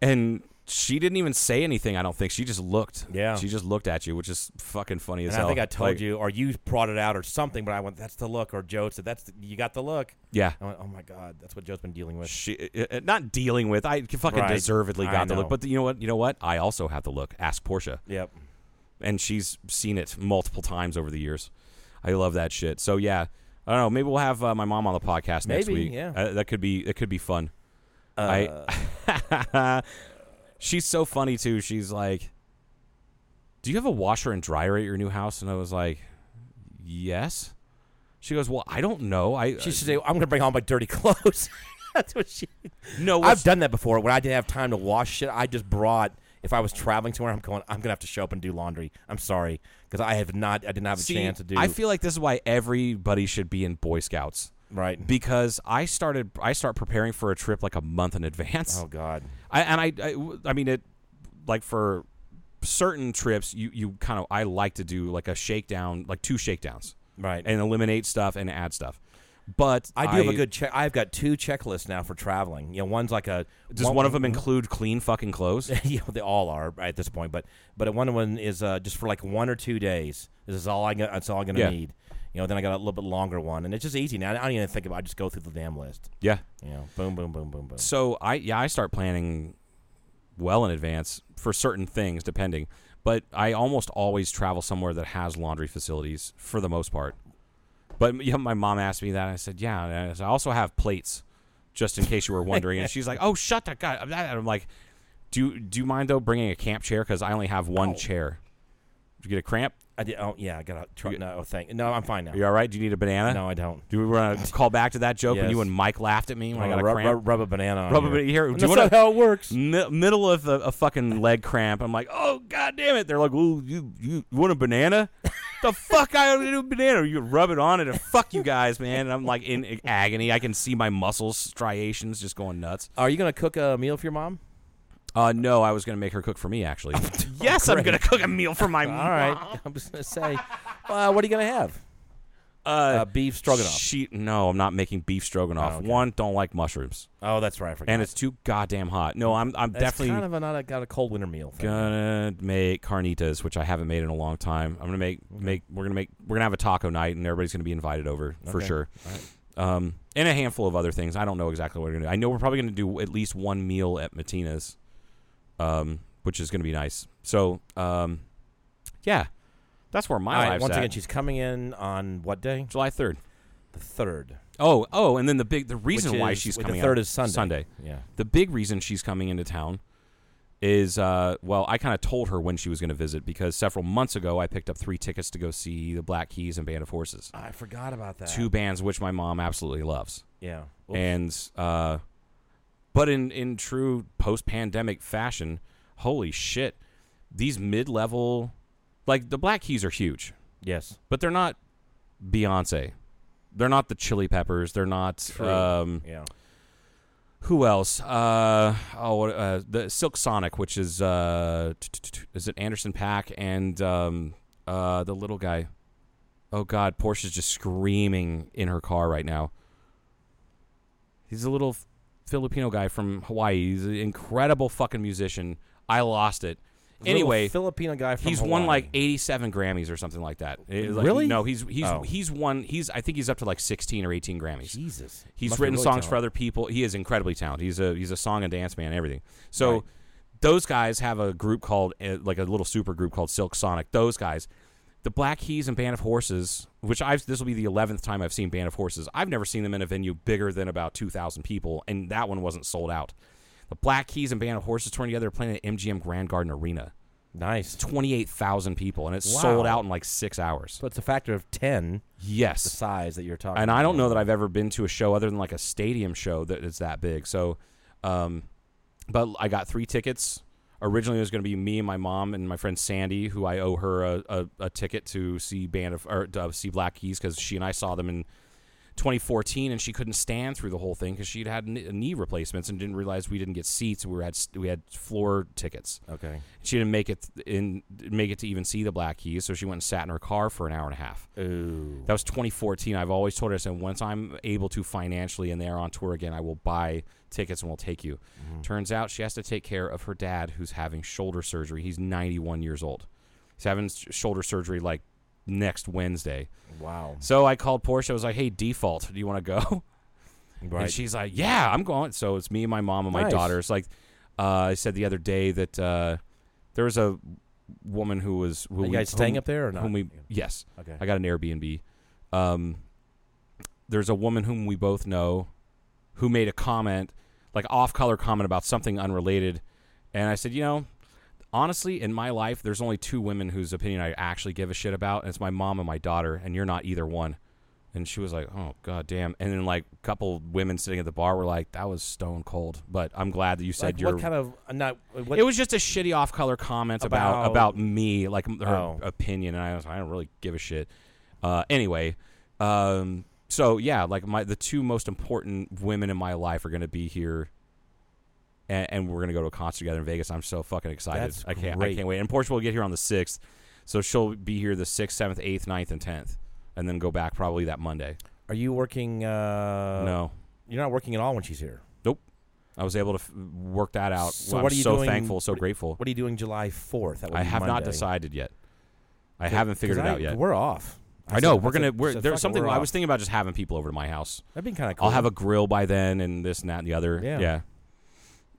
S5: and she didn't even say anything. I don't think she just looked.
S4: Yeah.
S5: she just looked at you, which is fucking funny as
S4: And
S5: hell.
S4: I think I told
S5: Like,
S4: you, or you brought it out or something, but I went, that's the look. Or Joe said, that's the, you got the look.
S5: Yeah,
S4: I went, oh my God, that's what Joe's been dealing with.
S5: she uh, uh, not dealing with. I fucking
S4: Right.
S5: deservedly
S4: I
S5: got the
S4: know.
S5: look, but you know what? You know what? I also have the look. Ask Portia,
S4: Yep.
S5: and she's seen it multiple times over the years. I love that shit. So yeah, I don't know. Maybe we'll have uh, my mom on the podcast next
S4: Maybe,
S5: week.
S4: yeah. Uh,
S5: Uh, that could be that could be fun. I she's so funny too. She's like, do you have a washer and dryer at your new house? And I was like, yes. She goes, well, I don't know. I
S4: She should say, "I'm going to bring all my dirty clothes." That's what she.
S5: no.
S4: I've
S5: what's-
S4: done that before when I didn't have time to wash shit. I just brought. If I was traveling somewhere, I'm going. I'm going to have to show up and do laundry. I'm sorry because I have not. I didn't have a
S5: See,
S4: chance to do.
S5: I feel like this is why everybody should be in Boy Scouts
S4: right.
S5: because I started. I start preparing for a trip like a month in advance.
S4: oh God.
S5: I, and I, I, I mean it, like for certain trips, you you kind of I like to do like a shakedown, like two shakedowns,
S4: Right.
S5: and eliminate stuff and add stuff. But
S4: I do have a good check. I've got two checklists now for traveling. You know, one's like a
S5: Does one, of them include clean fucking clothes?
S4: you know, they all are at this point, but but one one is uh, just for like one or two days. This is all I got. That's all I'm gonna
S5: Yeah.
S4: need. You know, then I got a little bit longer one, and it's just easy now. I don't even think about. it. I just go through the damn list.
S5: yeah.
S4: You know, boom, boom, boom, boom, boom.
S5: So I yeah I start planning well in advance for certain things depending, but I almost always travel somewhere that has laundry facilities for the most part. But yeah, my mom asked me that. And I said, "Yeah." And I said, I also have plates, just in case you were wondering. and she's like, "Oh, shut the guy." And I'm like, "Do you- do you mind though bringing a camp chair? Because I only have one chair. Did you get a cramp?
S4: I did. Oh yeah, I got a try. No, oh, thank. No, I'm fine now.
S5: Are you all right? Do you need a banana?
S4: No, I don't.
S5: Do we want to call back to that joke when you
S4: Yes. Oh,
S5: and Mike laughed at me when I got a
S4: rub,
S5: cramp?
S4: rub, rub a banana. On
S5: Rub a
S4: here.
S5: banana here. Do you
S4: That's
S5: wanna-
S4: not how it works.
S5: mi- middle of a, a fucking leg cramp. I'm like, oh god damn it! They're like, ooh, you you you want a banana? the fuck I want to do a banana? You rub it on it, and fuck you guys, man. And I'm like in agony. I can see my muscles striations just going nuts.
S4: Are you gonna cook a meal for your mom?
S5: Uh, no, I was gonna make her cook for me actually. yes, I'm
S4: Oh, great.
S5: gonna cook a meal for my.
S4: All right. I'm just gonna say, uh, what are you gonna have? Uh, beef stroganoff.
S5: She no, I'm not making beef stroganoff.
S4: Oh, okay.
S5: One, don't like mushrooms,
S4: oh, that's right. I forgot.
S5: and it's too goddamn hot. No, I'm I'm
S4: That's
S5: definitely
S4: kind of a, not a, got a cold winter meal. Thing.
S5: gonna make carnitas, which I haven't made in a long time. I'm gonna make make we're gonna make we're gonna have a taco night, and everybody's gonna be invited over for
S4: Okay.
S5: sure. Um, and a handful of other things. I don't know exactly what we're gonna do. I know we're probably gonna do at least one meal at Matina's, um, which is gonna be nice. So, um, yeah, that's where my
S4: All right,
S5: life's
S4: once
S5: at.
S4: again, she's coming in on what day?
S5: July third.
S4: The third.
S5: Oh, oh, and then the big the reason
S4: which
S5: why
S4: is-
S5: she's
S4: well,
S5: coming
S4: The third
S5: out
S4: is Sunday.
S5: Sunday.
S4: Yeah.
S5: The big reason she's coming into town is, uh, well, I kind of told her when she was going to visit because several months ago I picked up three tickets to go see the Black Keys and Band of Horses,
S4: I forgot about that.
S5: two bands which my mom absolutely loves.
S4: Yeah.
S5: And, uh, but in in true post pandemic fashion, holy shit, these mid level, like the Black Keys are huge,
S4: yes.
S5: but they're not Beyonce. They're not the Chili Peppers. They're not um,
S4: Yeah.
S5: who else? Uh, oh, what- uh, the Silk Sonic, which is uh, t- t- t- is it Anderson Pack and um, uh, the little guy? Oh God, Porsche's just screaming in her car right now. He's a little Filipino guy from Hawaii. He's an incredible fucking musician. I lost it.
S4: Little
S5: Anyway,
S4: Filipino guy from
S5: he's won
S4: Hawaii.
S5: like 87 Grammys or something like that. It was like-
S4: Really?
S5: No, he's he's
S4: Oh.
S5: he's won. He's I think he's up to like 16 or 18 Grammys.
S4: Jesus.
S5: He's
S4: Must be
S5: written
S4: really
S5: songs for
S4: talented.
S5: other people. He is incredibly talented. He's a he's a song and dance man, and everything. So
S4: Right.
S5: those guys have a group called uh, like a little super group called Silk Sonic. Those guys, the Black Keys and Band of Horses, which I've this will be the eleventh time I've seen Band of Horses. I've never seen them in a venue bigger than about two thousand people, and that one wasn't sold out. The Black Keys and Band of Horses touring together playing at MGM Grand Garden Arena,
S4: Nice.
S5: twenty eight thousand people, and it sold
S4: Wow.
S5: out in like six hours.
S4: So it's a factor of 10
S5: Yes,
S4: the size that you're talking
S5: and I don't
S4: about.
S5: know that I've ever been to a show other than like a stadium show that is that big. So, um, but I got three tickets. Originally, it was going to be me and my mom and my friend Sandy, who I owe her a, a, a ticket to see Band of or to see Black Keys because she and I saw them in 2014, and she couldn't stand through the whole thing because she'd had kn- knee replacements and didn't realize we didn't get seats. We were had we had floor tickets.
S4: Okay.
S5: She didn't make it th- in make it to even see the Black Keys, so she went and sat in her car for an hour and a half.
S4: Ooh.
S5: That was 2014. I've always told her, I said, once I'm able to financially and they're on tour again, I will buy tickets and we'll take you.
S4: Mm-hmm.
S5: Turns out she has to take care of her dad who's having shoulder surgery. He's 91 years old. He's having s- shoulder surgery like next Wednesday.
S4: Wow.
S5: So I called Porsche. I was like, hey, default, do you want to go?
S4: Right.
S5: And she's like, "Yeah, I'm going." So it's me and my mom and my
S4: Nice.
S5: daughters. Like, uh, I said the other day that uh, there was a woman who was. Who
S4: Are you
S5: we-
S4: guys staying
S5: whom-
S4: up there or not?
S5: Whom we yes.
S4: Okay.
S5: I got an Airbnb. Um, there's a woman whom we both know, who made a comment, like off color comment about something unrelated, and I said, you know, honestly, in my life, there's only two women whose opinion I actually give a shit about, and it's my mom and my daughter, and you're not either one. And she was like, "Oh god damn!" And then like a couple women sitting at the bar were like, "That was stone cold." But I'm glad that you said
S4: Like,
S5: you're.
S4: what kind of uh, not? What,
S5: it was just a shitty off color comment about
S4: About-
S5: about me, like m- her
S4: Oh.
S5: opinion, and I was I don't really give a shit. Uh, anyway, um, so yeah, like my the two most important women in my life are going to be here, and, and we're going to go to a concert together in Vegas. I'm so fucking excited.
S4: That's
S5: I can't I
S4: great.
S5: can't wait. And Portia will get here on the sixth, so she'll be here the sixth, seventh, eighth, 9th, and tenth, and then go back probably that Monday.
S4: are you working? Uh,
S5: no,
S4: you're not working at all when she's here.
S5: nope. I was able to f- work that out.
S4: So
S5: I'm
S4: what are you
S5: so
S4: doing-
S5: thankful, so
S4: what-
S5: grateful.
S4: What are you doing July fourth?
S5: I have not decided yet. I haven't figured it out yet.
S4: We're off.
S5: I know
S4: said-
S5: we're
S4: said-
S5: gonna. We're,
S4: said, "Fuck
S5: there's
S4: it,
S5: something
S4: we're
S5: I
S4: off."
S5: was thinking about just having people over to my house.
S4: That'd be kind of cool.
S5: I'll have a grill by then, and this and that and the other.
S4: Yeah.
S5: yeah,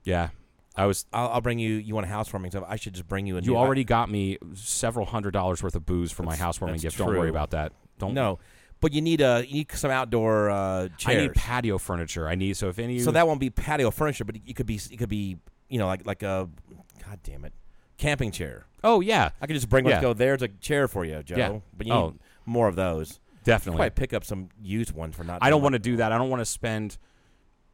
S5: yeah. I was.
S4: I'll, I'll bring you. You want a housewarming stuff? I should just bring you a.
S5: You
S4: new- I-
S5: already got me several hundred dollars worth of booze for my housewarming
S4: that's
S5: gift. Don't worry
S4: true.
S5: about that. Don't.
S4: no, but you need a. You need some outdoor uh,
S5: I
S4: chairs.
S5: need patio furniture. I need so if any.
S4: so that won't be patio furniture, but it, it could be. It could be you know like like a. God damn it, camping chair.
S5: Oh yeah,
S4: I could just bring one.
S5: Yeah.
S4: Go there's a chair for you, Joe.
S5: Yeah.
S4: But you
S5: Oh.
S4: need more of those.
S5: definitely.
S4: Probably pick up some used ones for not.
S5: I don't want to do that. I don't want to spend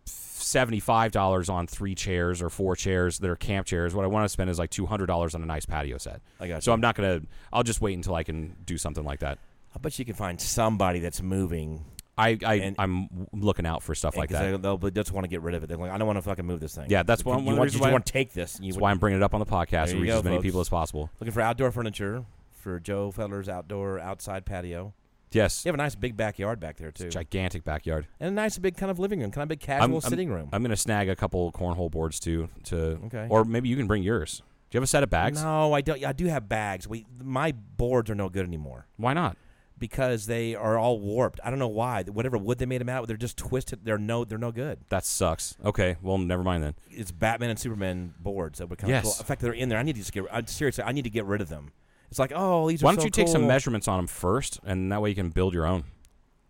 S5: seventy-five dollars on three chairs or four chairs that are camp chairs. What I want to spend is like two hundred dollars on a nice patio set.
S4: I got
S5: So
S4: you.
S5: I'm not gonna. I'll just wait until I can do something like that.
S4: I bet you can find somebody that's moving
S5: I, I
S4: And-
S5: I'm looking out for stuff like
S4: because
S5: that.
S4: they, they'll they just want to get rid of it. They're like, I don't want to fucking move this thing.
S5: Yeah, that's
S4: Like,
S5: one-
S4: you,
S5: one of the
S4: want,
S5: reasons
S4: you
S5: why-
S4: just want to take this. and You
S5: That's
S4: would-
S5: why I'm bringing it up on the podcast
S4: There
S5: to
S4: you
S5: reach
S4: go,
S5: as many people
S4: folks.
S5: as possible.
S4: looking for outdoor furniture for Joe Feller's outdoor outside patio.
S5: Yes,
S4: You have a nice big backyard back there too,
S5: gigantic backyard.
S4: and a nice big kind of living room, kind of big casual sitting room.
S5: I'm gonna snag a couple cornhole boards too. To
S4: Okay.
S5: or maybe you can bring yours. Do you have a set of bags?
S4: no, I don't. I do have bags. We my boards are no good anymore
S5: Why not?
S4: because they are all warped. I don't know why. Whatever wood they made them out, with, they're just twisted. They're no, they're no good.
S5: That sucks. Okay, well never mind then.
S4: It's Batman and Superman boards that would kind
S5: Yes.
S4: of cool. In fact, they're in there. I need to just get. I, seriously, I need to get rid of them. It's like, oh, these are
S5: Why don't
S4: so
S5: you take some
S4: cool.
S5: measurements on them first, and that way you can build your own.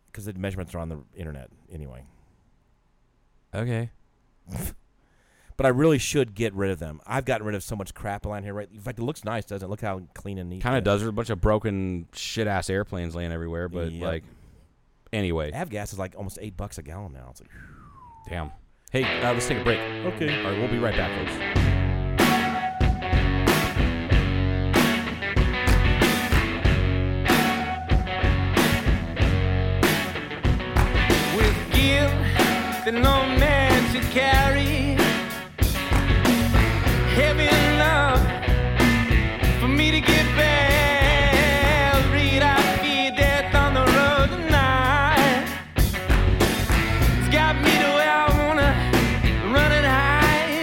S4: because the measurements are on the internet anyway.
S5: Okay.
S4: But I really should get rid of them. I've gotten rid of so much crap around here. Right, in fact, it looks nice, doesn't it? Look how clean and neat.
S5: Kind
S4: it
S5: of
S4: is.
S5: does. There's a bunch of broken shit ass airplanes laying everywhere, but
S4: Yep. Eh.
S5: like, anyway,
S4: Avgas is like almost eight bucks a gallon now. It's like,
S5: damn. Hey, uh, let's take a break.
S4: okay.
S5: All right, we'll be right back, folks.
S6: with give that no man to carry. Heavy enough for me to get back. Read, I fear death on the road tonight. It's got me to where I wanna run and hide.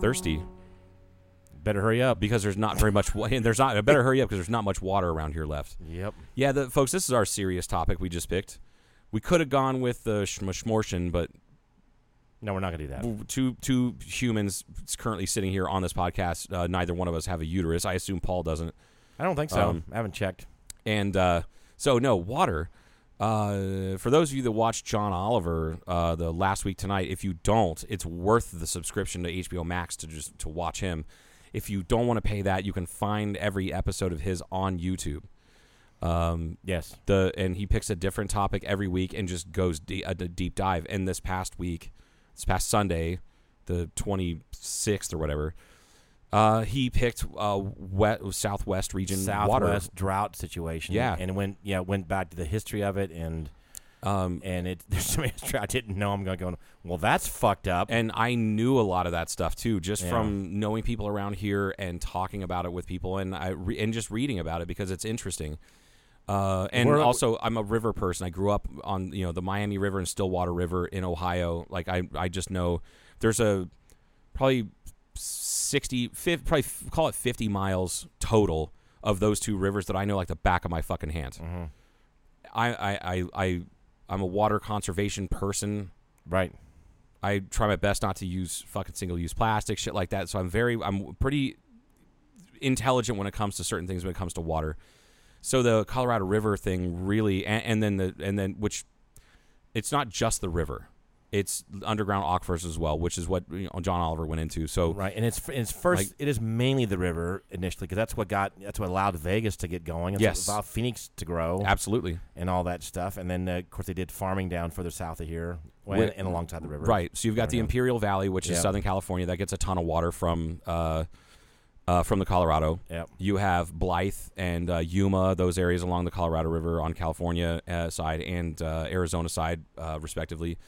S5: thirsty
S4: Better hurry up.
S5: because there's not very much. wa- and there's not. I better hurry up because there's not much water around here left.
S4: Yep.
S5: Yeah, the, folks, this is our serious topic we just picked. We could have gone with the schmortion, but
S4: No, we're not gonna do that.
S5: w- two two humans currently sitting here on this podcast. Uh, neither one of us have a uterus. I assume Paul doesn't.
S4: I don't think so.
S5: Um,
S4: I haven't checked.
S5: And uh, so, no water. Uh, for those of you that watched John Oliver uh, the last week tonight, if you don't, it's worth the subscription to HBO Max to just to watch him. If you don't want to pay that, you can find every episode of his on YouTube.
S4: Yes.
S5: the and he picks a different topic every week and just goes de- a, d- deep dive. And this past week, this past Sunday, the twenty sixth or whatever, uh, he picked uh, wet Southwest region water.
S4: Southwest drought situation.
S5: Yeah.
S4: and went yeah went back to the history of it and
S5: Um,
S4: and it there's some history I didn't know. I'm gonna go. Well, that's fucked up.
S5: and I knew a lot of that stuff too, just
S4: Yeah.
S5: from knowing people around here and talking about it with people, and I re- and just reading about it because it's interesting. Uh, and
S4: We're-
S5: also, I'm a river person. I grew up on you know the Miami River and Stillwater River in Ohio. Like I, I just know there's a probably 60, 50, probably f- call it 50 miles total of those two rivers that I know like the back of my fucking hand. I, I, I, I, I'm a water conservation person.
S4: right.
S5: I try my best not to use fucking single use plastic, shit like that. So I'm very, I'm pretty intelligent when it comes to certain things when it comes to water. So the Colorado River thing really, and, and then the, and then which, it's not just the river, it's underground aquifers as well, which is what you know, John Oliver went into. So
S4: Right, and it's it's first.
S5: Like-
S4: it is mainly the river initially because that's what got that's what allowed Vegas to get going. It's
S5: Yes.
S4: what allowed Phoenix to grow
S5: absolutely,
S4: and all that stuff. And then uh, of course they did farming down further south of here well,
S5: When-
S4: and alongside the river.
S5: right. So you've got the Imperial Valley, which is
S4: Yeah.
S5: Southern California, that gets a ton of water from, uh, uh, from the Colorado.
S4: Yep.
S5: You have Blythe and uh, Yuma, those areas along the Colorado River on California uh, side and uh, Arizona side, uh, respectively.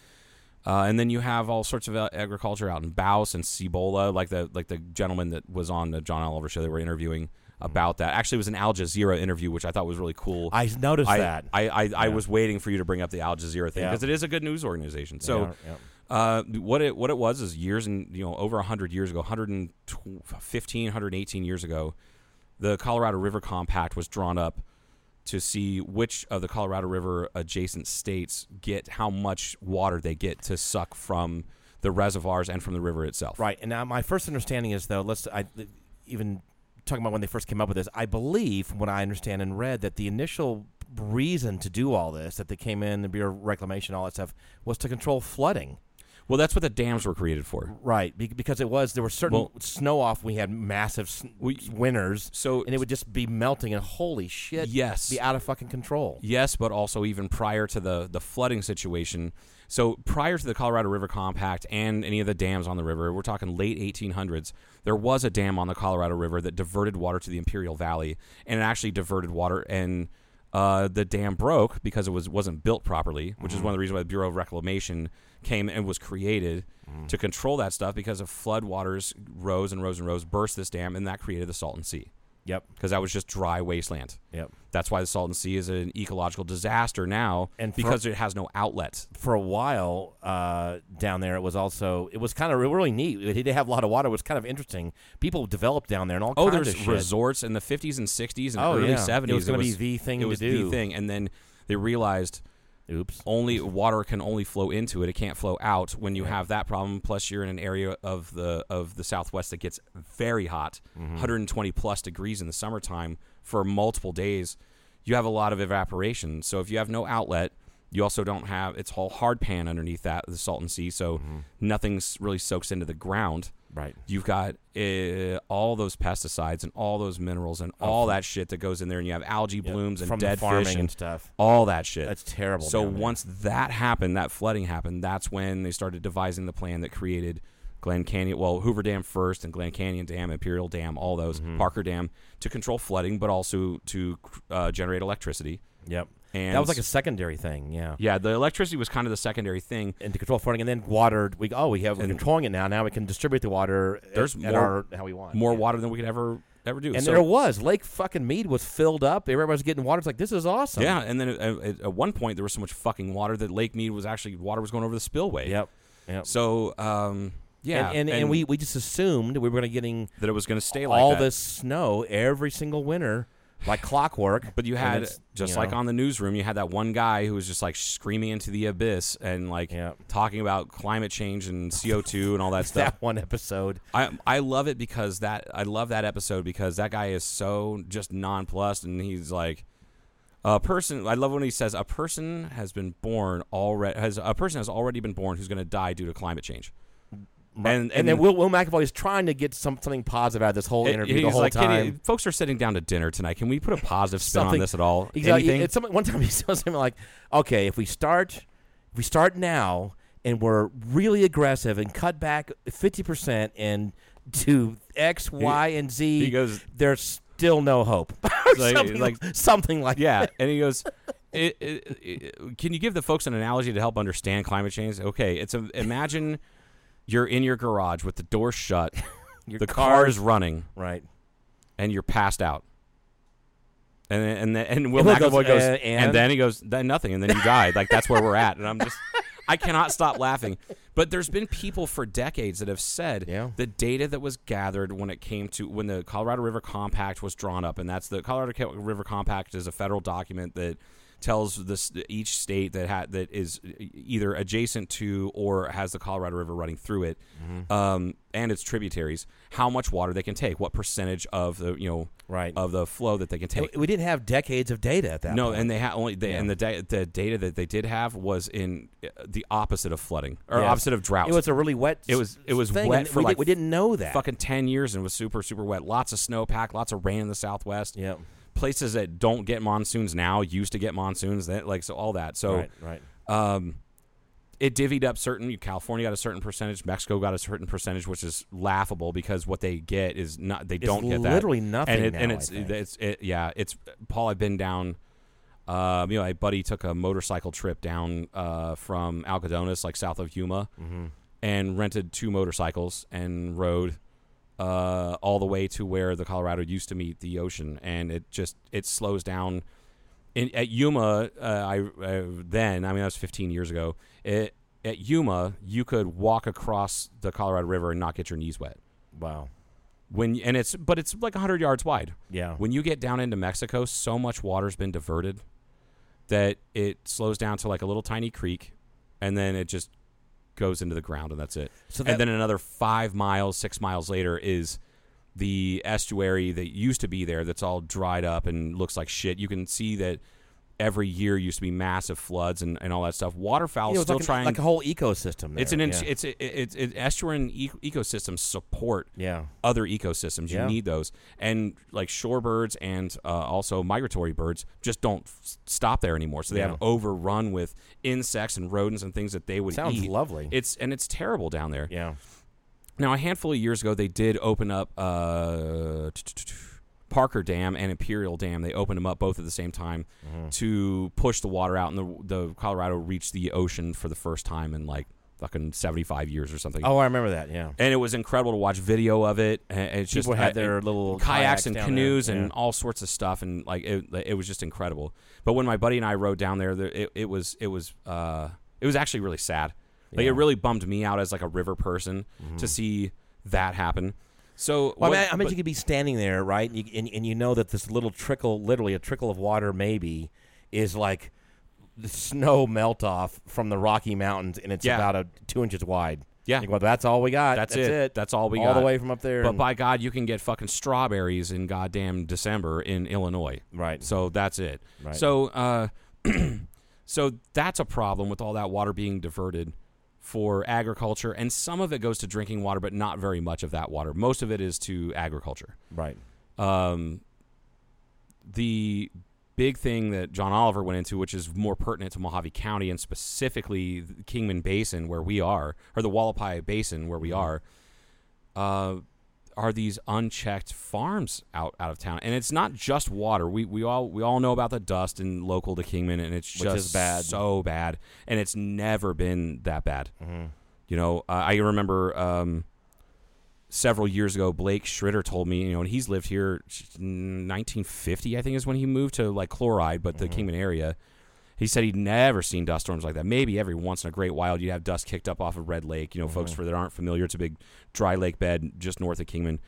S5: Uh, and then you have all sorts of uh, agriculture out in Baus and Cibola, like the like the gentleman that was on the John Oliver show they were interviewing about that. Actually, it was an Al Jazeera interview, which I thought was really cool.
S4: Mm-hmm. I noticed
S5: I,
S4: that.
S5: I I, I was waiting for you to bring up the Al Jazeera thing
S4: Yeah.
S5: because it is a good news organization. So.
S4: Yeah, yeah.
S5: Uh, what it what it was is years and you know over 100 years ago 115 118 years ago the colorado river compact was drawn up to see which of the colorado river adjacent states get how much water they get to suck from the reservoirs and from the river itself
S4: Right. And now my first understanding is though, let's I even talking about when they first came up with this, I believe from what I understand and read that the initial reason to do all this, that they came in the Bureau of Reclamation, all that stuff, was to control flooding.
S5: well that's what the dams were created for
S4: Right, be- because it was there were certain
S5: Well-
S4: snow off. We had massive s
S5: We-
S4: winters,
S5: so-
S4: and it would just be melting. And holy shit,
S5: Yes.
S4: be out of fucking control.
S5: Yes, but also even prior to the the flooding situation. So prior to the Colorado River Compact and any of the dams on the river, we're talking late 1800s. There was a dam on the Colorado River that diverted water to the Imperial Valley, and it actually diverted water and. Uh, the dam broke because it was wasn't built properly, which is one of the reasons why the Bureau of Reclamation came and was created to control that stuff. Because of flood waters rose and rose and rose, burst this dam, and that created the Salton Sea
S4: Yep,
S5: because that was just dry wasteland.
S4: yep.
S5: That's why the Salton Sea is an ecological disaster now,
S4: And for-
S5: because it has no outlets.
S4: For a while uh, down there, it was also it was kind of really neat. It did have a lot of water. It was kind of interesting. People developed down there and all
S5: Oh,
S4: kinds of
S5: there's
S4: shit.
S5: resorts in the 50s and 60s and
S4: Oh,
S5: early
S4: yeah.
S5: 70s.
S4: It was gonna be the thing
S5: It
S4: to
S5: was the
S4: do.
S5: thing, and then they realized
S4: Oops.
S5: only water can only flow into it; it can't flow out. When you have that problem, plus you're in an area of the of the Southwest that gets very hot,
S4: Mm-hmm.
S5: 120 plus degrees in the summertime for multiple days, you have a lot of evaporation. So if you have no outlet, you also don't have it's all hard pan underneath that the Salton Sea, so nothing's really soaks into the ground.
S4: Mm-hmm. Right.
S5: You've got uh, all those pesticides and all those minerals and all that shit that goes in there, and you have algae blooms and
S4: Oh, from the
S5: dead
S4: farming
S5: fish
S4: and stuff.
S5: all that shit.
S4: That's terrible
S5: So
S4: down there.
S5: once that happened, that flooding happened. That's when they started devising the plan that created Glen Canyon, well, Hoover Dam first, and Glen Canyon Dam, Imperial Dam, all those
S4: Mm-hmm.
S5: Parker Dam to control flooding, but also to uh, generate electricity.
S4: Yep.
S5: And-
S4: that was like a secondary thing. Yeah.
S5: Yeah, the electricity was kind of the secondary thing.
S4: And to control flooding, and then water. We oh, we have we're controlling it now. Now we can distribute the water. at-
S5: There's
S4: at
S5: more-
S4: our- how we want
S5: More
S4: Yeah.
S5: water than we could ever ever do.
S4: And
S5: So-
S4: there was Lake fucking Mead was filled up. Everybody was getting water. It's like this is awesome.
S5: yeah, and then at, at- at one point there was so much fucking water that Lake Mead was actually water was going over the spillway.
S4: Yep. Yep.
S5: So um, Yeah,
S4: and and, and
S5: and-
S4: we, we just assumed we were going to getting
S5: that it was going to stay like
S4: all
S5: that.
S4: this snow every single winter like clockwork.
S5: But you
S4: And
S5: had
S4: it's,
S5: just
S4: you
S5: like
S4: know,
S5: on the newsroom, you had that one guy who was just like screaming into the abyss and like
S4: Yeah.
S5: talking about climate change and CO two and all that stuff.
S4: that one episode.
S5: I I love it because that I love that episode because that guy is so just nonplussed and he's like a person I love when he says a person has been born already has a person has already been born who's going to die due to climate change. And,
S4: And then Will, Will McAvoy is trying to get some, something positive out of this whole
S5: it-
S4: interview
S5: he's
S4: the whole
S5: like, "Can you-
S4: time.
S5: folks are sitting down to dinner tonight. Can we put a positive spin on
S4: Something-
S5: this at all?
S4: Exactly.
S5: Anything?
S4: It's something, one time he said something like, "Okay, if we start, if we start now, and we're really aggressive and cut back fifty percent and do X, Y, and Z,
S5: he goes-
S4: there's still no hope." Or
S5: like-
S4: something
S5: like-
S4: like, something like
S5: Yeah,
S4: that.
S5: and he goes, i i i "Can you give the folks an analogy to help understand climate change?" Okay, it's a, imagine you're in your garage with the door shut,
S4: Your
S5: the
S4: car-
S5: car's running,
S4: right.
S5: and you're passed out. And then- and then, and Will
S4: And Will
S5: McAvoy
S4: goes,
S5: goes,
S4: "Uh,
S5: and?
S4: and?"
S5: then he goes, then nothing, and then you died. Like that's where we're at, and I'm just. I cannot stop laughing, but there's been people for decades that have said
S4: Yeah.
S5: the data that was gathered when it came to when the Colorado River Compact was drawn up, and that's the Colorado Ca- River Compact is a federal document that tells this each state that ha- that is either adjacent to or has the Colorado River running through it,
S4: Mm-hmm.
S5: um, and its tributaries, how much water they can take, what percentage of the you know
S4: Right.
S5: of the flow that they can take.
S4: We- We didn't have decades of data at that.
S5: No,
S4: point.
S5: and they had only they, and the da- the data that they did have was in uh, the opposite of flooding or
S4: Yes.
S5: opposite of drought.
S4: It was a really wet.
S5: It was- it was
S4: thing,
S5: wet
S4: and
S5: for
S4: we
S5: like
S4: did, we didn't know that.
S5: fucking 10 years and was super super wet lots of snowpack lots of rain in the southwest
S4: Yeah.
S5: places that don't get monsoons now used to get monsoons that like so all that so
S4: Right. Right.
S5: it divvied up certain california got a certain percentage mexico got a certain percentage which is laughable because what they get is not they don't get that
S4: literally nothing
S5: and, it,
S4: now,
S5: and
S4: I
S5: it's
S4: think.
S5: it's it, yeah it's paul i've been down um, you know, my buddy took a motorcycle trip down uh, from Alcodones, like south of Yuma,
S4: Mm-hmm.
S5: and rented two motorcycles and rode uh, all the way to where the Colorado used to meet the ocean, and it just it slows down. In, at Yuma, uh, I uh, then I mean that was 15 years ago. It, at Yuma, you could walk across the Colorado River and not get your knees wet.
S4: Wow.
S5: When and it's but it's like 100 yards wide.
S4: Yeah.
S5: When you get down into Mexico, so much water's been diverted that it slows down to like a little tiny creek, and then it just goes into the ground, and that's it.
S4: So that-
S5: and then another five miles, six miles later is the estuary that used to be there that's all dried up and looks like shit. You can see that every year used to be massive floods and, and all that stuff. Waterfowl
S4: You know, it's
S5: still
S4: like, an-
S5: trying.
S4: like a whole ecosystem.
S5: it's an
S4: there,
S5: in-
S4: yeah.
S5: it's it- it's it, estuarine e- ecosystems support
S4: Yeah.
S5: other ecosystems. You
S4: Yeah.
S5: need those. And like shorebirds and uh, also migratory birds just don't f- stop there anymore. So they
S4: Yeah.
S5: have overrun with insects and rodents and things that they would
S4: Sounds
S5: eat.
S4: lovely.
S5: It's and it's terrible down there.
S4: Yeah.
S5: Now a handful of years ago they did open up uh, t- t- t- Parker Dam and Imperial Dam. They opened them up both at the same time
S4: Mm-hmm.
S5: to push the water out, and the the Colorado reached the ocean for the first time in like fucking seventy five years or something
S4: Oh, I remember that. Yeah.
S5: and it was incredible to watch video of it. And It's just
S4: People had
S5: I-
S4: their
S5: it-
S4: little
S5: kayaks,
S4: kayaks
S5: and
S4: down
S5: canoes
S4: there,
S5: and
S4: yeah.
S5: all sorts of stuff, and like it, it was just incredible. But when my buddy and I rode down there, there it, it was it was uh, it was actually really sad. Like it really bummed me out as like a river person to see that happen. So
S4: Mm-hmm. Well, I mean,
S5: what-
S4: I, I mean,
S5: but-
S4: you could be standing there, right? And you, and, and you know that this little trickle, literally a trickle of water, maybe, is like the snow melt off from the Rocky Mountains, and it's
S5: Yeah.
S4: about a two inches wide.
S5: Yeah.
S4: You go, that's all we got.
S5: That's,
S4: it.
S5: it. That's all we
S4: all
S5: got.
S4: the way from up there.
S5: But
S4: and-
S5: by God, you can get fucking strawberries in goddamn December in Illinois.
S4: Right.
S5: So that's it.
S4: Right.
S5: So uh, so that's a problem with all that water being diverted for agriculture, and some of it goes to drinking water, but not very much of that water. Most of it is to agriculture
S4: right.
S5: um, the big thing that John Oliver went into, which is more pertinent to Mojave County and specifically the Kingman Basin, where we are, or the Wallapai Basin, where we
S4: Mm-hmm.
S5: are, uh, are these unchecked farms out, out of town. And it's not just water. We, we all we all know about the dust and local to Kingman, and it's
S4: Which
S5: just
S4: is bad.
S5: so bad. And it's never been that bad.
S4: Mm-hmm.
S5: You know, uh, I remember. Um, several years ago, Blake Schritter told me, you know, and he's lived here 1950, I think, is when he moved to like Chloride, but the Kingman area. He said he'd never seen dust storms like that. Maybe every once in a great while you'd have dust kicked up off of Red Lake. You know, folks for that aren't familiar, it's a big dry lake bed just north of Kingman.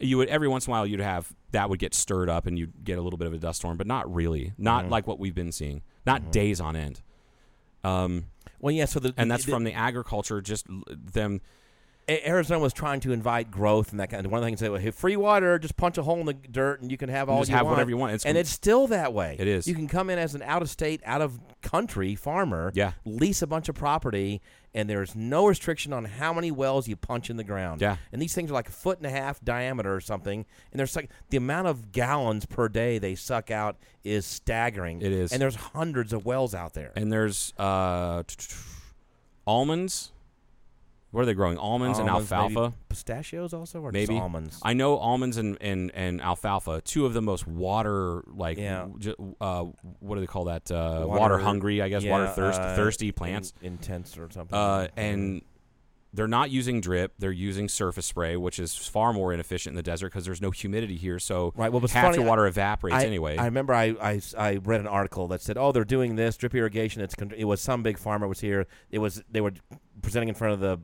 S5: You would every once in a while you'd have that would get stirred up and you'd get a little bit of a dust storm, but not really, not like what we've been seeing, not days on end.
S4: Well, yeah. So the
S5: And that's
S4: the-
S5: from the agriculture, just l- them.
S4: A- Arizona was trying to invite growth and that kind of one of the things they were, hey, free water, just punch a hole in the dirt and you can have all
S5: just
S4: you
S5: have
S4: want.
S5: whatever you want. It's
S4: and
S5: com-
S4: it's still that way.
S5: It is.
S4: You can come in as an out of state, out of country farmer,
S5: Yeah.
S4: lease a bunch of property, and there's no restriction on how many wells you punch in the ground.
S5: Yeah.
S4: And these things are like a foot and a half diameter or something. And there's like the amount of gallons per day they suck out is staggering.
S5: It is.
S4: And there's hundreds of wells out there.
S5: And there's uh, almonds. What are they growing? Almonds, and
S4: Almonds, maybe
S5: alfalfa.
S4: pistachios also, or
S5: maybe
S4: just almonds.
S5: I know almonds and, and, and alfalfa, two of the most water like
S4: Yeah.
S5: w- ju- uh, what do they call that? Uh, water,
S4: Water-
S5: hungry, I guess.
S4: yeah,
S5: water thirst,
S4: uh,
S5: thirsty
S4: in-
S5: plants.
S4: intense or something.
S5: uh, and they're not using drip; they're using surface spray, which is far more inefficient in the desert because there's no humidity here. So
S4: Right, well, what's
S5: half
S4: funny,
S5: your
S4: I-
S5: water evaporates
S4: I,
S5: anyway.
S4: I remember I, I, I read an article that said, "Oh, they're doing this drip irrigation. It's con- it was some big farmer was here. It was they were presenting in front of the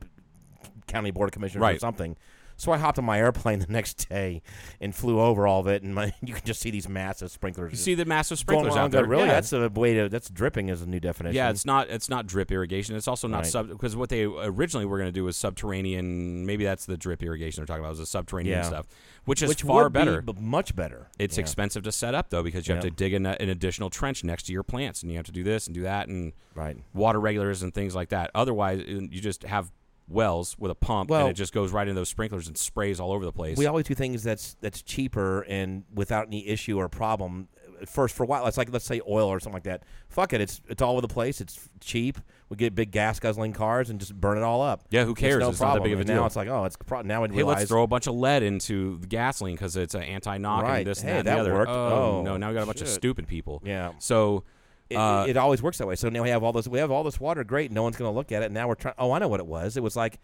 S4: county board of commissioners or
S5: Right.
S4: something." So I hopped on my airplane the next day and flew over all of it, and my, you can just see these massive sprinklers.
S5: you see the massive
S4: going
S5: sprinklers
S4: around
S5: out
S4: there.
S5: there.
S4: Really,
S5: Yeah.
S4: that's a way to that's dripping is a new definition.
S5: Yeah, it's not it's not drip irrigation. It's also not
S4: Right.
S5: sub because what they originally were going to do was subterranean. Maybe that's the drip irrigation they're talking about. Is the subterranean
S4: Yeah.
S5: stuff, which is
S4: which
S5: far
S4: would be
S5: better.
S4: b- much better.
S5: it's
S4: Yeah.
S5: expensive to set up though because you have
S4: Yeah.
S5: to dig an, an additional trench next to your plants, and you have to do this and do that and
S4: Right.
S5: water regulators and things like that. Otherwise, you just have wells with a pump,
S4: Well-
S5: and it just goes right into those sprinklers and sprays all over the place.
S4: We always do things that's that's cheaper and without any issue or problem. at First, for a while, it's like let's say oil or something like that. Fuck it, it's it's all over the place. It's cheap. We get big gas guzzling cars and just burn it all up.
S5: Yeah, who cares?
S4: It's no
S5: It's not that
S4: problem.
S5: big of a
S4: And
S5: deal.
S4: Now it's like oh, it's pro- now I
S5: Hey,
S4: realize
S5: let's throw a bunch of lead into the gasoline because it's an anti-knock
S4: Right.
S5: and this and
S4: Hey,
S5: that,
S4: that
S5: and the other.
S4: worked.
S5: Oh,
S4: Oh,
S5: no! Now we got a bunch of
S4: shit.
S5: stupid people.
S4: Yeah.
S5: So
S4: it,
S5: uh,
S4: it, it always works that way. So now we have all this we have all this water. Great, no one's going to look at it. Now we're trying. Oh, I know what it was. It was like.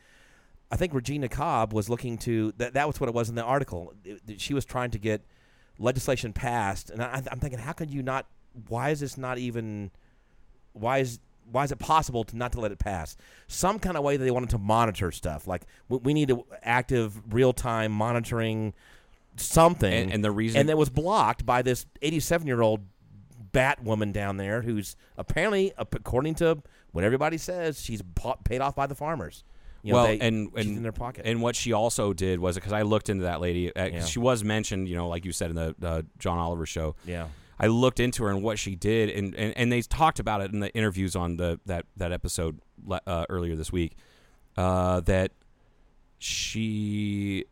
S4: I think Regina Cobb was looking to that. That was what it was in the article. It- that she was trying to get legislation passed, and I, I'm thinking, how could you not? Why is this not even? Why is why is it possible to not to let it pass? Some kind of way that they wanted to monitor stuff. Like we, we need to active real time monitoring something.
S5: And- and the reason-
S4: and it was blocked by this 87 year old bat woman down there who's apparently, ap- according to what everybody says, she's pa- paid off by the farmers. You know,
S5: well,
S4: they-
S5: and
S4: she's
S5: and
S4: in their pocket.
S5: And what she also did was because I looked into that lady. Uh, 'cause
S4: Yeah.
S5: She was mentioned, you know, like you said in the uh, John Oliver show.
S4: Yeah.
S5: I looked into her and what she did, and, and, and they talked about it in the interviews on the that that episode le- uh, earlier this week. Uh, that she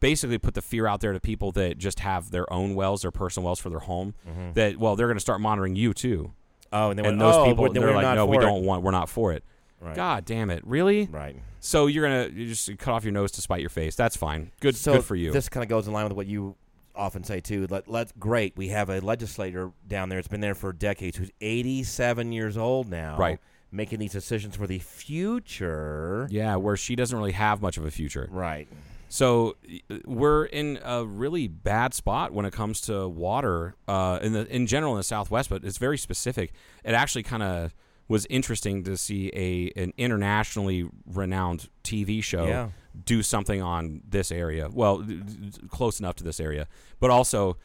S5: basically put the fear out there to people that just have their own wells, their personal wells for their home. That well, they're going to start monitoring you too,
S4: oh, and, they
S5: and
S4: went,
S5: those
S4: Mm-hmm. "Oh,
S5: people
S4: we're- then
S5: they're
S4: we're
S5: like,
S4: not
S5: no, we
S4: for it."
S5: don't want, we're not for it.
S4: Right.
S5: God damn it, really?
S4: Right.
S5: So you're gonna you just cut off your nose to spite your face. That's fine. Good,
S4: So
S5: good for you.
S4: This kind of goes in line with what you often say too. Let, let great. We have a legislator down there. It's been there for decades. Who's 87 years old now.
S5: Right.
S4: Making these decisions for the future.
S5: yeah, where she doesn't really have much of a future.
S4: Right.
S5: So y- we're in a really bad spot when it comes to water uh, in the in general in the Southwest, but it's very specific. It actually kind of was interesting to see a an internationally renowned TV show
S4: Yeah.
S5: do something on this area. Well, d- d- d- close enough to this area, but also.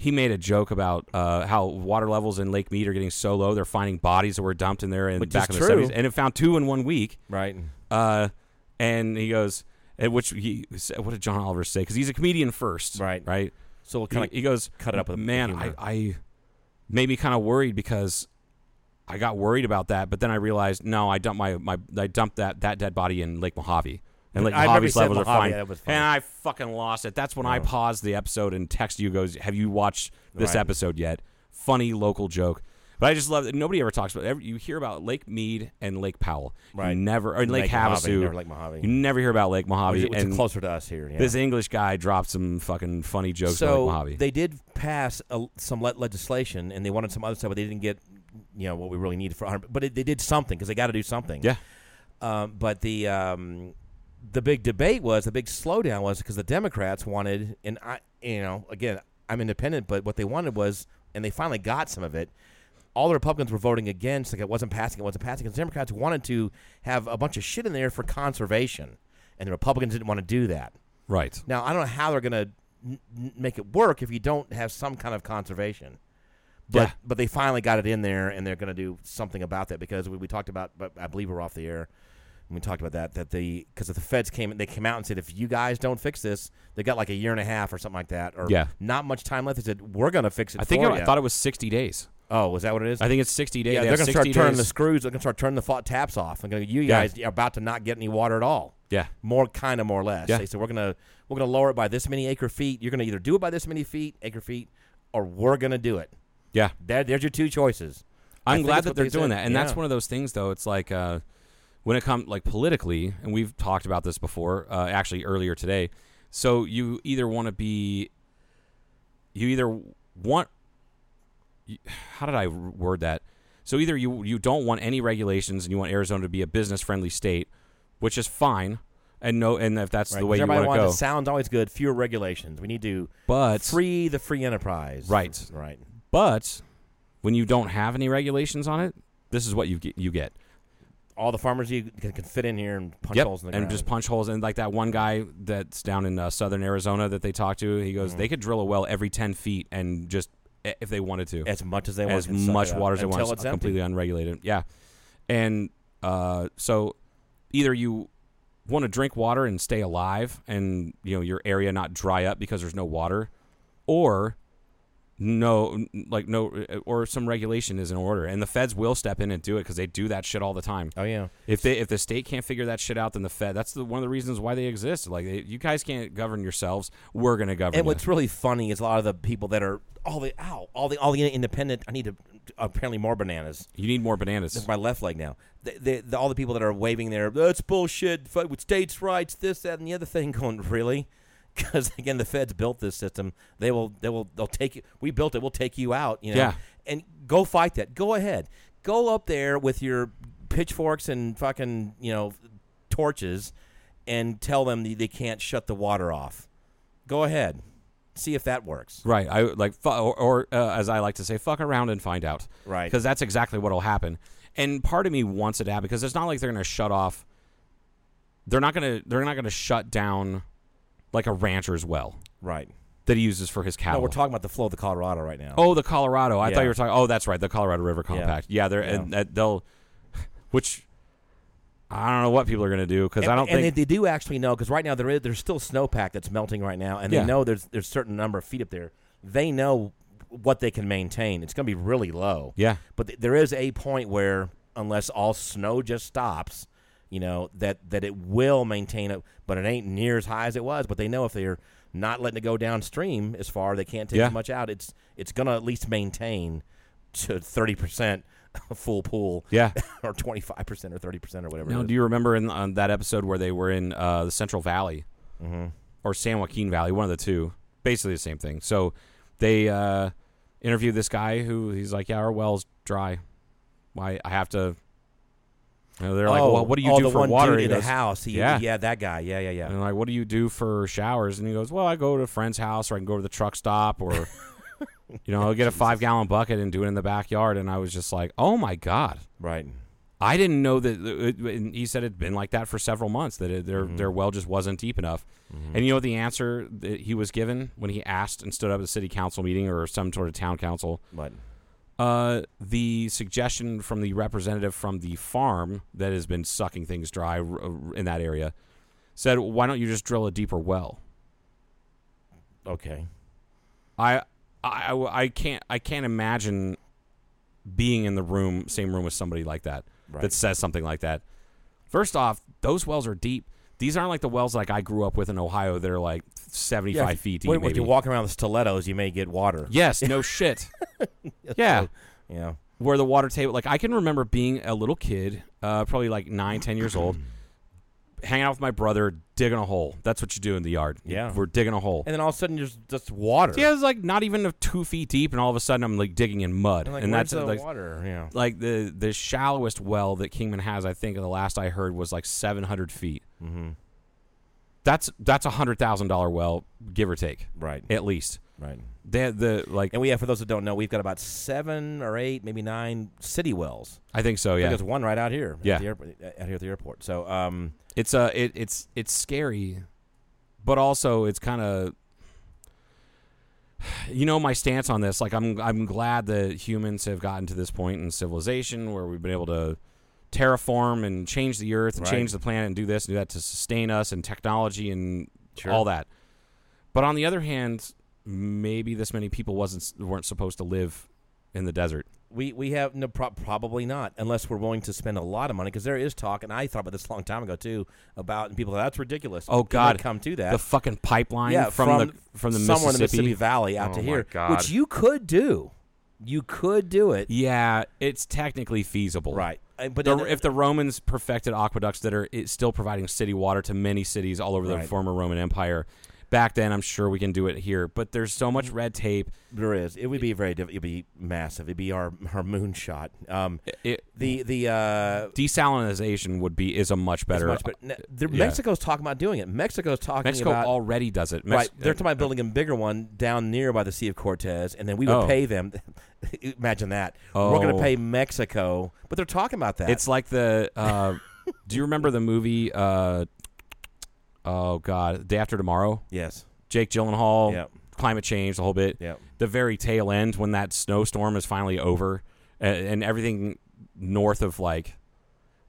S5: He made a joke about uh, how water levels in Lake Mead are getting so low; they're finding bodies that were dumped in there and
S4: Which is
S5: back in the
S4: true.
S5: seventies, and it found two in one week.
S4: Right.
S5: Uh, and he goes, and which he said- what did John Oliver say? Because he's a comedian first,
S4: Right.
S5: Right.
S4: So we'll
S5: He,
S4: kind
S5: he
S4: of
S5: goes,
S4: cut it up with a-
S5: man.
S4: with
S5: I,
S4: humor."
S5: I made me kind of worried because I got worried about that, but then I realized no, I dumped my, my I dumped that that dead body in Lake Mojave. And Lake
S4: I remember
S5: Mojave's
S4: you said
S5: levels
S4: Mojave,
S5: are fine.
S4: yeah, that was funny.
S5: and I fucking lost it. That's when I paused the episode and texted you goes, "Have you watched this
S4: Right.
S5: episode yet?" Funny local joke. But I just love that nobody ever talks about. Every, you hear about Lake Mead and Lake Powell. You
S4: Right.
S5: never or Lake,
S4: Lake Mojave,
S5: Havasu.
S4: never Lake Mojave.
S5: You never hear about Lake Mojave.
S4: Which is
S5: and
S4: closer to us here. Yeah.
S5: This English guy dropped some fucking funny jokes about
S4: so
S5: Lake Mojave.
S4: they did pass a, some le- legislation, and they wanted some other stuff, but they didn't get, you know, what we really needed for. our- But it, they did something because they got to do something.
S5: yeah.
S4: Um, but the um, the big debate was the big slowdown was because the Democrats wanted, and I, you know, again, I'm independent, but what they wanted was, and they finally got some of it, all the Republicans were voting against. Like it wasn't passing. It wasn't passing. Because Democrats wanted to have a bunch of shit in there for conservation, and the Republicans didn't want to do that.
S5: Right.
S4: Now I don't know how they're gonna n- n- make it work if you don't have some kind of conservation. But
S5: Yeah.
S4: but they finally got it in there, and they're gonna do something about that because we, we talked about. But I believe we're off the air. And we talked about that that the because the feds came they came out and said if you guys don't fix this, they got like a year and a half or something like that, or
S5: Yeah.
S4: not much time left. They said we're gonna fix it.
S5: I think
S4: for
S5: it, I
S4: ya."
S5: thought it was 60 days.
S4: Oh, is that what it is?
S5: I think it's 60 days.
S4: yeah,
S5: They
S4: they're
S5: have
S4: gonna start
S5: 60
S4: turning the
S5: days.
S4: screws. They're gonna start turning the fa- taps off. They're gonna you
S5: Yeah.
S4: guys are about to not get any water at all
S5: Yeah.
S4: more kind of more or less.
S5: Yeah.
S4: They said we're gonna we're gonna lower it by this many acre feet. You're gonna either do it by this many feet acre feet, or we're gonna do it.
S5: Yeah.
S4: There, there's your two choices. I
S5: I'm
S4: think
S5: glad
S4: that's
S5: that
S4: what
S5: they're
S4: they
S5: doing
S4: said.
S5: that, and that's
S4: Yeah.
S5: one of those things, though. It's like uh, when it comes like politically, and we've talked about this before, uh, actually earlier today. So you either want to be, you either want, you- how did I word that? So either you you don't want any regulations, and you want Arizona to be a business friendly state, which is fine, and no, and if that's
S4: Right?
S5: the
S4: 'Cause
S5: way you
S4: everybody
S5: want to
S4: wants
S5: go,
S4: it sounds always good. Fewer regulations. We need to
S5: but
S4: free the free enterprise.
S5: Right.
S4: Right.
S5: but when you don't have any regulations on it, this is what you get. You get.
S4: All the farmers you can, can fit in here and punch holes in the
S5: and
S4: ground.
S5: just punch holes. And like that one guy that's down in uh, southern Arizona that they talked to, he
S4: Mm-hmm.
S5: goes, they could drill a well every ten feet and just i- if they wanted to,
S4: as much as they want.
S5: as
S4: and suck
S5: much
S4: it up
S5: water as they
S4: until
S5: want,
S4: It's
S5: It's completely unregulated. Yeah, and uh, so either you want to drink water and stay alive, and you know your area not dry up because there's no water, or no, n- like no, uh, or some regulation is in order, and the feds will step in and do it because they do that shit all the time.
S4: Oh yeah.
S5: If they if the state can't figure that shit out, then the Fed. That's the one of the reasons why they exist. Like they, you guys can't govern yourselves. We're gonna govern.
S4: And
S5: you.
S4: what's really funny is a lot of the people that are all the ow, all the all the independent. I need to apparently more bananas.
S5: You need more bananas.
S4: That's my left leg now. The, the, the, all the people that are waving their that's bullshit. Fight with states' rights, this, that, and the other thing. Going really? Because again, the feds built this system. They will. They will. They'll take you. We built it. We'll take you out. You know.
S5: Yeah.
S4: And go fight that. Go ahead. Go up there with your pitchforks and fucking you know torches, and tell them that they can't shut the water off. Go ahead. See if that works.
S5: Right. I like fu- or, or uh, as I like to say, fuck around and find out.
S4: Right.
S5: Because that's exactly what'll happen. And part of me wants it to happen because it's not like they're gonna shut off. They're not gonna. They're not gonna shut down like a rancher's well
S4: Right.
S5: that he uses for his cattle.
S4: No, we're talking about the flow of the Colorado right now.
S5: Oh, the Colorado. I thought
S4: Yeah.
S5: you were talking. Oh, that's right, the Colorado River Compact. Yeah, they're And, that they'll, which I don't know what people are going to do because I
S4: And-
S5: don't
S4: and
S5: think
S4: they, they do actually know because right now there is there's still snowpack that's melting right now, and
S5: Yeah.
S4: they know there's there's certain number of feet up there. They know what they can maintain. It's going to be really low.
S5: Yeah.
S4: but th- there is a point where unless all snow just stops, you know that that it will maintain it, but it ain't near as high as it was. But they know if they're not letting it go downstream as far, they can't take
S5: Yeah.
S4: as much out. It's it's going to at least maintain to thirty percent full pool.
S5: Yeah.
S4: or twenty five percent or thirty percent or whatever.
S5: No,
S4: it is.
S5: do you remember in on that episode where they were in uh, the Central Valley
S4: Mm-hmm.
S5: or San Joaquin Valley, one of the two, basically the same thing. So they uh, interviewed this guy who he's like, "Yeah, our well's dry. Why I have to?" You know, they're like, "Well, what do you
S4: oh,
S5: do
S4: the
S5: for
S4: one
S5: water?"
S4: dude
S5: He
S4: in
S5: goes,
S4: the house? He,
S5: Yeah.
S4: yeah, that guy. Yeah, yeah, yeah.
S5: And like, what do you do for showers? And he goes, well, I go to a friend's house or I can go to the truck stop or, you know, I'll get a five gallon bucket and do it in the backyard. And I was just like, oh my God.
S4: Right.
S5: I didn't know that. uh, It, and he said it'd been like that for several months, that it, their, their well just wasn't deep enough. And you know the answer that he was given when he asked and stood up at a city council meeting or some sort of town council?
S4: But
S5: Uh, the suggestion from the representative from the farm that has been sucking things dry r- uh, r- in that area said, why don't you just drill a deeper well?
S4: okay.
S5: I, I, I- I can't I can't imagine being in the room same room with somebody like that that
S4: Right.
S5: says something like that. First off, those wells are deep. These aren't like the wells like I grew up with in Ohio. They're like seventy five feet deep.
S4: When, when
S5: maybe.
S4: you walk around with stilettos, you may get water.
S5: yes, no shit. yeah,
S4: Yeah.
S5: where the water table. Like I can remember being a little kid, uh, probably like nine, ten years old, hanging out with my brother, digging a hole. That's what you do in the yard.
S4: Yeah.
S5: we're digging a hole.
S4: And then all of a sudden, there's just water.
S5: Yeah, it's like not even two feet deep, and all of a sudden I'm like digging in mud,
S4: And, like,
S5: and
S4: where's
S5: that's
S4: the
S5: like,
S4: water. Yeah.
S5: like the the shallowest well that Kingman has. I think the last I heard was like 700 feet. Mm-hmm. That's that's a hundred thousand dollar well, give or take,
S4: Right.
S5: At least.
S4: right.
S5: They, the like,
S4: And we have, for those that don't know, we've got about seven or eight, maybe nine city wells.
S5: I think so.
S4: I think
S5: Yeah,
S4: there's one right out here.
S5: Yeah.
S4: At, the airport, out here at the airport. So, um,
S5: it's uh, it, it's it's scary, but also it's kind of. You know my stance on this. Like I'm, I'm glad that humans have gotten to this point in civilization where we've been able to terraform and change the earth and
S4: Right.
S5: change the planet and do this and do that to sustain us and technology and
S4: Sure.
S5: all that. But on the other hand, maybe this many people wasn't weren't supposed to live in the desert.
S4: We we have no prob probably not unless we're willing to spend a lot of money because there is talk and I thought about this a long time ago too about and people go, that's ridiculous.
S5: Oh,
S4: It didn't
S5: God.
S4: come to that
S5: the fucking pipeline
S4: yeah
S5: from, the from the
S4: somewhere
S5: Mississippi.
S4: in the Mississippi Valley out
S5: Oh,
S4: to
S5: my
S4: here
S5: God.
S4: which you could do you could do it
S5: Yeah, it's technically feasible.
S4: right Uh, but
S5: The,
S4: then-
S5: if the Romans perfected aqueducts that are it's still providing city water to many cities all over the
S4: Right.
S5: former Roman Empire, back then I'm sure we can do it here. But there's so much red tape.
S4: there is it would be very diff- it'd be massive it'd be our our moonshot um
S5: It,
S4: the the uh
S5: desalinization would be is a much
S4: it's
S5: better.
S4: much, but n- the,
S5: yeah.
S4: Mexico's talking about doing it Mexico's talking
S5: Mexico
S4: about
S5: already does it.
S4: Right,
S5: Mex-
S4: they're talking about building a bigger one down near by the Sea of Cortez, and then we would
S5: Oh.
S4: pay them. Imagine that. We're going
S5: Oh.
S4: to pay Mexico, but they're talking about that.
S5: It's like the. Uh, do you remember the movie? Uh, oh God, Day After Tomorrow.
S4: yes,
S5: Jake Gyllenhaal,
S4: Yep.
S5: climate change, the whole bit.
S4: Yep.
S5: The very tail end when that snowstorm is finally over, and, and everything north of like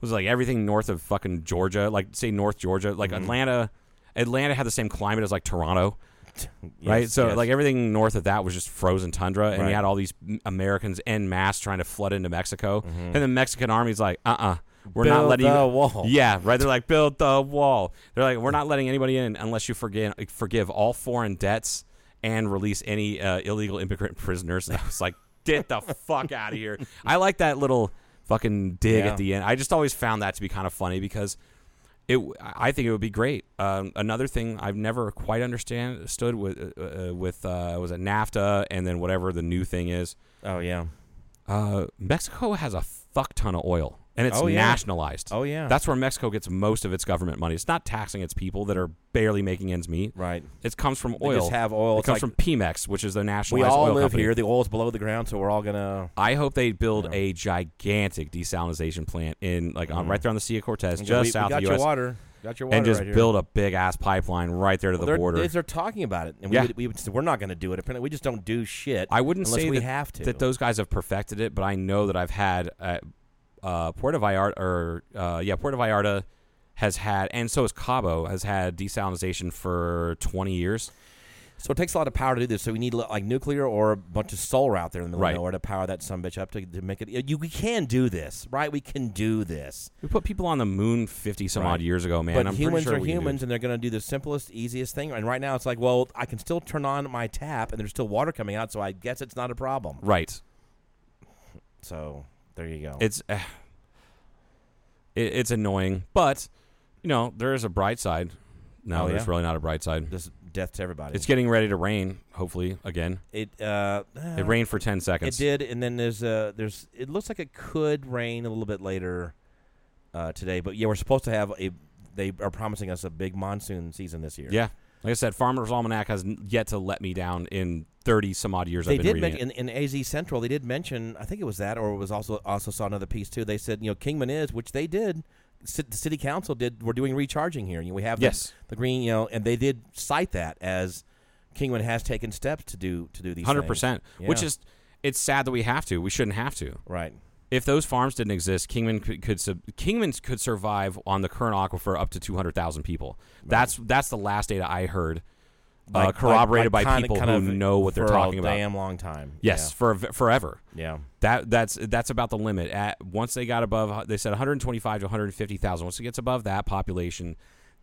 S5: was it like everything north of fucking Georgia, like say North Georgia, like
S4: Mm-hmm.
S5: Atlanta. Atlanta had the same climate as like Toronto, right?
S4: Yes,
S5: So
S4: yes.
S5: like everything north of that was just frozen tundra, and
S4: Right.
S5: you had all these m- Americans en masse trying to flood into Mexico, and the Mexican army's like, uh, uh-uh, uh, we are
S4: Mm-hmm.
S5: not
S4: Build
S5: letting
S4: the
S5: you.
S4: wall.
S5: Yeah, right. They're like, build the wall. They're like, we're not letting anybody in unless you forgive forgive all foreign debts and release any uh, illegal immigrant prisoners. And I was like, get the fuck out of here. I like that little fucking dig
S4: Yeah.
S5: at the end. I just always found that to be kind of funny because it. I think it would be great. Um, another thing I've never quite understand stood with uh, uh, with uh, was it NAFTA and then whatever the new thing is.
S4: oh yeah,
S5: Uh, Mexico has a fuck ton of oil, and it's
S4: Oh, yeah.
S5: nationalized.
S4: Oh, yeah.
S5: that's where Mexico gets most of its government money. It's not taxing its people that are barely making ends meet.
S4: right.
S5: It comes from
S4: They
S5: oil.
S4: just have oil.
S5: It
S4: It's
S5: comes
S4: like-
S5: from Pemex, which is the
S4: We
S5: nationalized
S4: all
S5: oil
S4: live
S5: company.
S4: here. The oil's below the ground, so we're all gonna
S5: I hope they build
S4: Yeah. Mm-hmm.
S5: a gigantic desalinization plant in like on right there on the Sea of Cortez, just
S4: we,
S5: south
S4: we got
S5: of the
S4: your
S5: U.S.
S4: water. Got your water
S5: and just
S4: right here.
S5: build a big ass pipeline right there to
S4: Well,
S5: the
S4: they're,
S5: border.
S4: They're talking about it, and
S5: Yeah.
S4: we, would, we would, we're not going to do it. Apparently, we just don't do shit.
S5: I wouldn't
S4: unless
S5: say
S4: we
S5: that,
S4: have to.
S5: that those guys have perfected it, but I know that I've had uh, uh, Puerto Vallarta, or uh, yeah, Puerto Vallarta has had, and so has Cabo has had desalinization for twenty years.
S4: So it takes a lot of power to do this. So we need like nuclear or a bunch of solar out there in the middle
S5: Right.
S4: of nowhere to power that some bitch up to, to make it. You, we can do this, right? We can do this.
S5: We put people on the moon fifty some
S4: Right.
S5: odd years ago, man.
S4: but
S5: I'm pretty
S4: humans
S5: sure
S4: are
S5: we can do
S4: humans,
S5: it.
S4: and they're going to do the simplest, easiest thing. And right now, it's like, well, I can still turn on my tap, and there's still water coming out, so I guess it's not a problem.
S5: right?
S4: So there you go.
S5: It's uh, it, it's annoying, but you know there is a bright side. No,
S4: Oh,
S5: there's
S4: yeah?
S5: really not a bright side.
S4: just death to everybody.
S5: It's getting ready to rain. Hopefully, again,
S4: it uh, eh,
S5: it rained for ten
S4: It
S5: seconds.
S4: did, and then there's uh there's it looks like it could rain a little bit later uh, today, but yeah, we're supposed to have a. They are promising us a big monsoon season this year.
S5: Yeah. Like I said, Farmer's Almanac has n- yet to let me down in 30 some odd years
S4: they
S5: I've been
S4: did
S5: reading
S4: mention
S5: it.
S4: in, in AZ Central. They did mention, I think it was that, or it was also also saw another piece too. They said, you know, Kingman is, which they did. ci- The city council did. We're doing recharging here. You know, we have the-
S5: Yes.
S4: the, green, you know, and they did cite that as Kingman has taken steps to do to do these
S5: 100%.
S4: things.
S5: Which
S4: Yeah.
S5: is, it's sad that we have to. We shouldn't have to.
S4: right.
S5: If those farms didn't exist, Kingman could, could sub, Kingman's could survive on the current aquifer up to 200,000 people. That's that's the last data I heard,
S4: Like-
S5: uh,
S4: like-
S5: corroborated
S4: like
S5: by
S4: kinda-
S5: people
S4: kind
S5: who
S4: of
S5: know what they're
S4: for
S5: talking
S4: a
S5: about.
S4: Damn long time.
S5: Yes,
S4: Yeah.
S5: for forever.
S4: Yeah.
S5: That that's that's about the limit. At once they got above, they said 125 to 150 thousand. Once it gets above that population,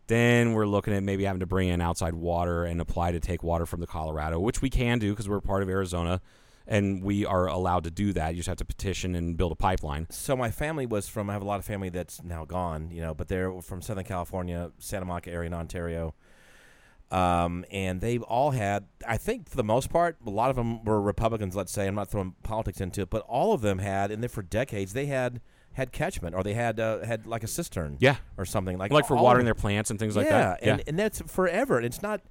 S5: then we're looking at maybe having to bring in outside water and apply to take water from the Colorado, which we can do because we're part of Arizona, and we are allowed to do that. You just have to petition and build a pipeline.
S4: So my family was from. I have a lot of family that's now gone, you know, but they're from Southern California, Santa Monica area in Ontario, um, and they all had. I think for the most part, a lot of them were Republicans. Let's say I'm not throwing politics into it, but all of them had, and then for decades they had had catchment or they had uh, had like a cistern,
S5: Yeah.
S4: or something like
S5: Like for
S4: all of
S5: watering
S4: them-
S5: their plants and things like
S4: yeah,
S5: that.
S4: and and that's forever. And it's not.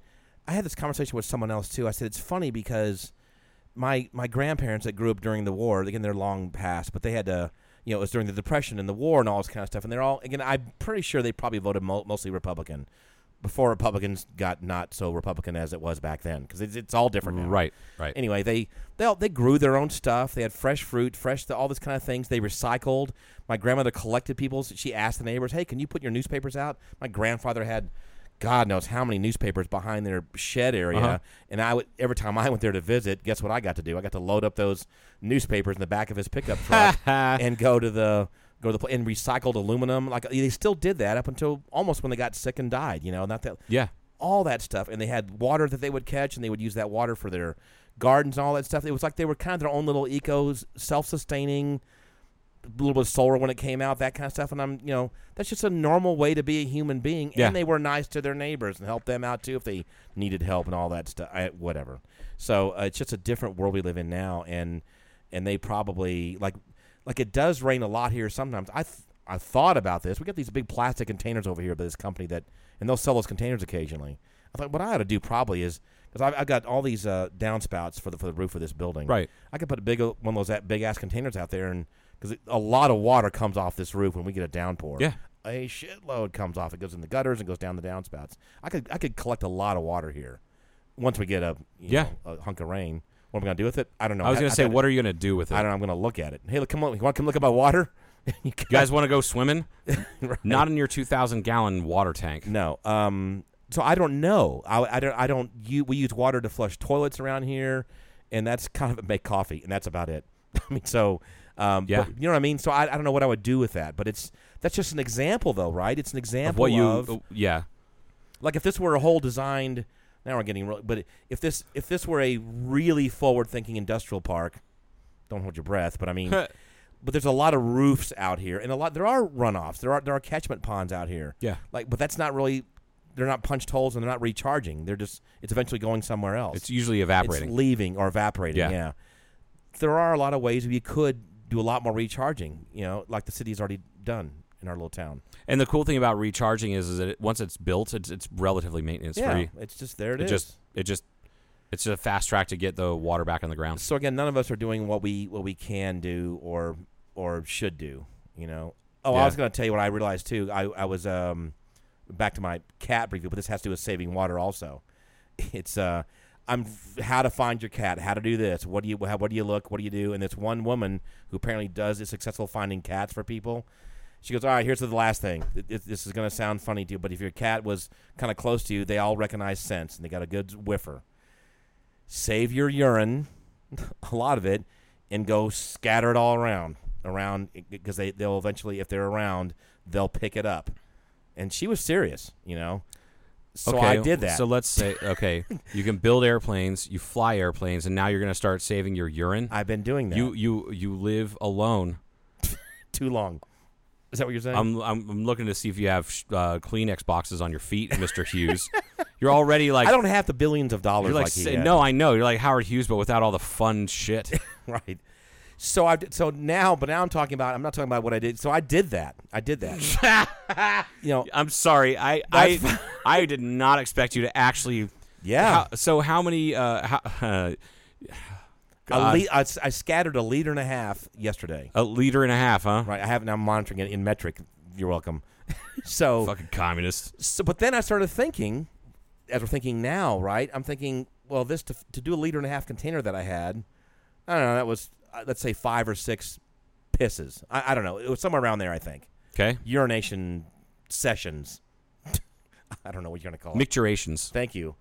S4: I had this conversation with someone else too. I said it's funny because my my grandparents that grew up during the war, again they're long past, but they had to, you know, it was during the depression and the war and all this kind of stuff, and they're all again. I'm pretty sure they probably voted mo- mostly Republican before Republicans got not so Republican as it was back then because it's, it's all different now.
S5: Right, right.
S4: Anyway, they they all, they grew their own stuff. They had fresh fruit, fresh all this kind of things. They recycled. My grandmother collected people's. She asked the neighbors, "Hey, can you put your newspapers out?" My grandfather had. God knows how many newspapers behind their shed area,
S5: Uh-huh.
S4: and I would every time I went there to visit. Guess what I got to do? I got to load up those newspapers in the back of his pickup truck and go to the go to the pla- and recycled aluminum. Like they still did that up until almost when they got sick and died. You know, not that
S5: Yeah.
S4: all that stuff, and they had water that they would catch, and they would use that water for their gardens and all that stuff. It was like they were kind of their own little ecos, self-sustaining, a little bit of solar when it came out, that kind of stuff. And I'm, you know, that's just a normal way to be a human being.
S5: Yeah.
S4: And they were nice to their neighbors and helped them out too if they needed help and all that stuff. I, whatever. So uh, it's just a different world we live in now, and and they probably like like it does rain a lot here sometimes. I th- I thought about this. We got these big plastic containers over here by this company that, and they'll sell those containers occasionally. I thought what I ought to do probably is because I've, I've got all these uh, downspouts for the for the roof of this building.
S5: Right.
S4: I could put a big o- one of those that big ass containers out there, and because a lot of water comes off this roof when we get a downpour.
S5: Yeah.
S4: a shitload comes off. It goes in the gutters and goes down the downspouts. I could I could collect a lot of water here once we get a you
S5: Yeah.
S4: know, a hunk of rain. What am I gonna do with it? I don't know.
S5: I was gonna say, what are you gonna do with it?
S4: I don't know. I'm gonna look at it. Hey, look, come on. You want to come look at my water? you
S5: You guys want to go swimming? Not in your 2,000 gallon water tank.
S4: No. Um. So I don't know. I, I don't. I don't. You. We use water to flush toilets around here, and that's kind of make coffee, and that's about it. I mean, so. Um,
S5: Yeah.
S4: but you know what I mean. So I, I don't know what I would do with that, but it's that's just an example, though, right? It's an example
S5: What you?
S4: of-
S5: oh, yeah.
S4: like if this were a whole designed now we're getting real but if this if this were a really forward thinking industrial park don't hold your breath but i mean but there's a lot of roofs out here and a lot there are runoffs there are there are catchment ponds out here
S5: Yeah.
S4: like but that's not really they're not punched holes and they're not recharging they're just it's eventually going somewhere else
S5: It's usually
S4: it's
S5: evaporating.
S4: leaving or evaporating. Yeah.
S5: Yeah.
S4: There are a lot of ways we could do a lot more recharging, you know, like the city's already done in our little town.
S5: and the cool thing about recharging is, is that it, once it's built, it's, it's relatively maintenance
S4: yeah.
S5: free.
S4: It's just there
S5: It,
S4: is.
S5: just it just it's just a fast track to get the water back on the ground.
S4: Um, so again, none of us are doing what we what we can do or or should do. You know. Oh, I
S5: Yeah.
S4: was going to tell you what I realized too. I I was um back to my cat review, but this has to do with saving water also. It's uh. I'm f- how to find your cat, how to do this. What do you how, what do you look? What do you do? And this one woman who apparently does is successful finding cats for people. She goes, all right. Here's the last thing. Th- th- This is going to sound funny to you, but if your cat was kind of close to you, they all recognize scents and they got a good whiffer. Save your urine a lot of it and go scatter it all around around because they they'll eventually if they're around they'll pick it up and she was serious you know so
S5: okay,
S4: i did that
S5: So let's say okay, you can build airplanes, you fly airplanes, and now you're gonna start saving your urine.
S4: i've been doing that
S5: You you you live alone.
S4: too long is that what you're saying
S5: I'm I'm, I'm looking to see if you have sh- uh, Kleenex boxes on your feet, Mister Hughes. you're already like
S4: i don't have the billions of dollars
S5: You're like,
S4: he
S5: say-
S4: had.
S5: no, I know. You're like Howard Hughes, but without all the fun shit.
S4: right. So I did- so now, but now I'm talking about I'm not talking about what I did. So I did that. I did that. you know,
S5: I'm sorry. I
S4: That's
S5: I, I did not expect you to actually.
S4: yeah.
S5: How- so how many? Uh, how, uh,
S4: A
S5: God.
S4: le- I, s- I scattered a liter and a half yesterday.
S5: a liter and a half, huh?
S4: Right. I have now monitoring it in metric. You're welcome. so
S5: Fucking communist.
S4: so but then I started thinking, as we're thinking now, right? I'm thinking, well, this to, to do a liter and a half container that I had, I don't know, that was uh, let's say five or six pisses. I, I don't know, it was somewhere around there, I think.
S5: Okay.
S4: Urination sessions. I don't know what you're gonna call it.
S5: Micturations.
S4: Thank you.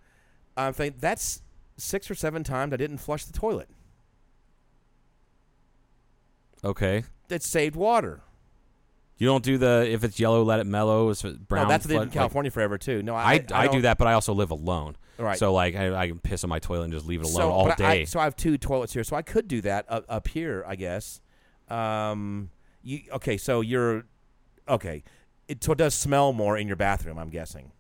S4: I'm thinking that's six or seven times I didn't flush the toilet.
S5: Okay.
S4: That saved water.
S5: You don't do the if it's yellow, let it mellow. If it's brown,
S4: no, that's what they did
S5: flood-
S4: in California forever too. No, I
S5: Like, I, I,
S4: don't-
S5: do that, but I also live alone.
S4: Right.
S5: So like I, I can piss on my toilet and just leave it alone
S4: so,
S5: all
S4: but
S5: day.
S4: I- I, so I have two toilets here, so I could do that up, up here, I guess. Um, you okay? So you're okay. It, so it does smell more in your bathroom, I'm guessing.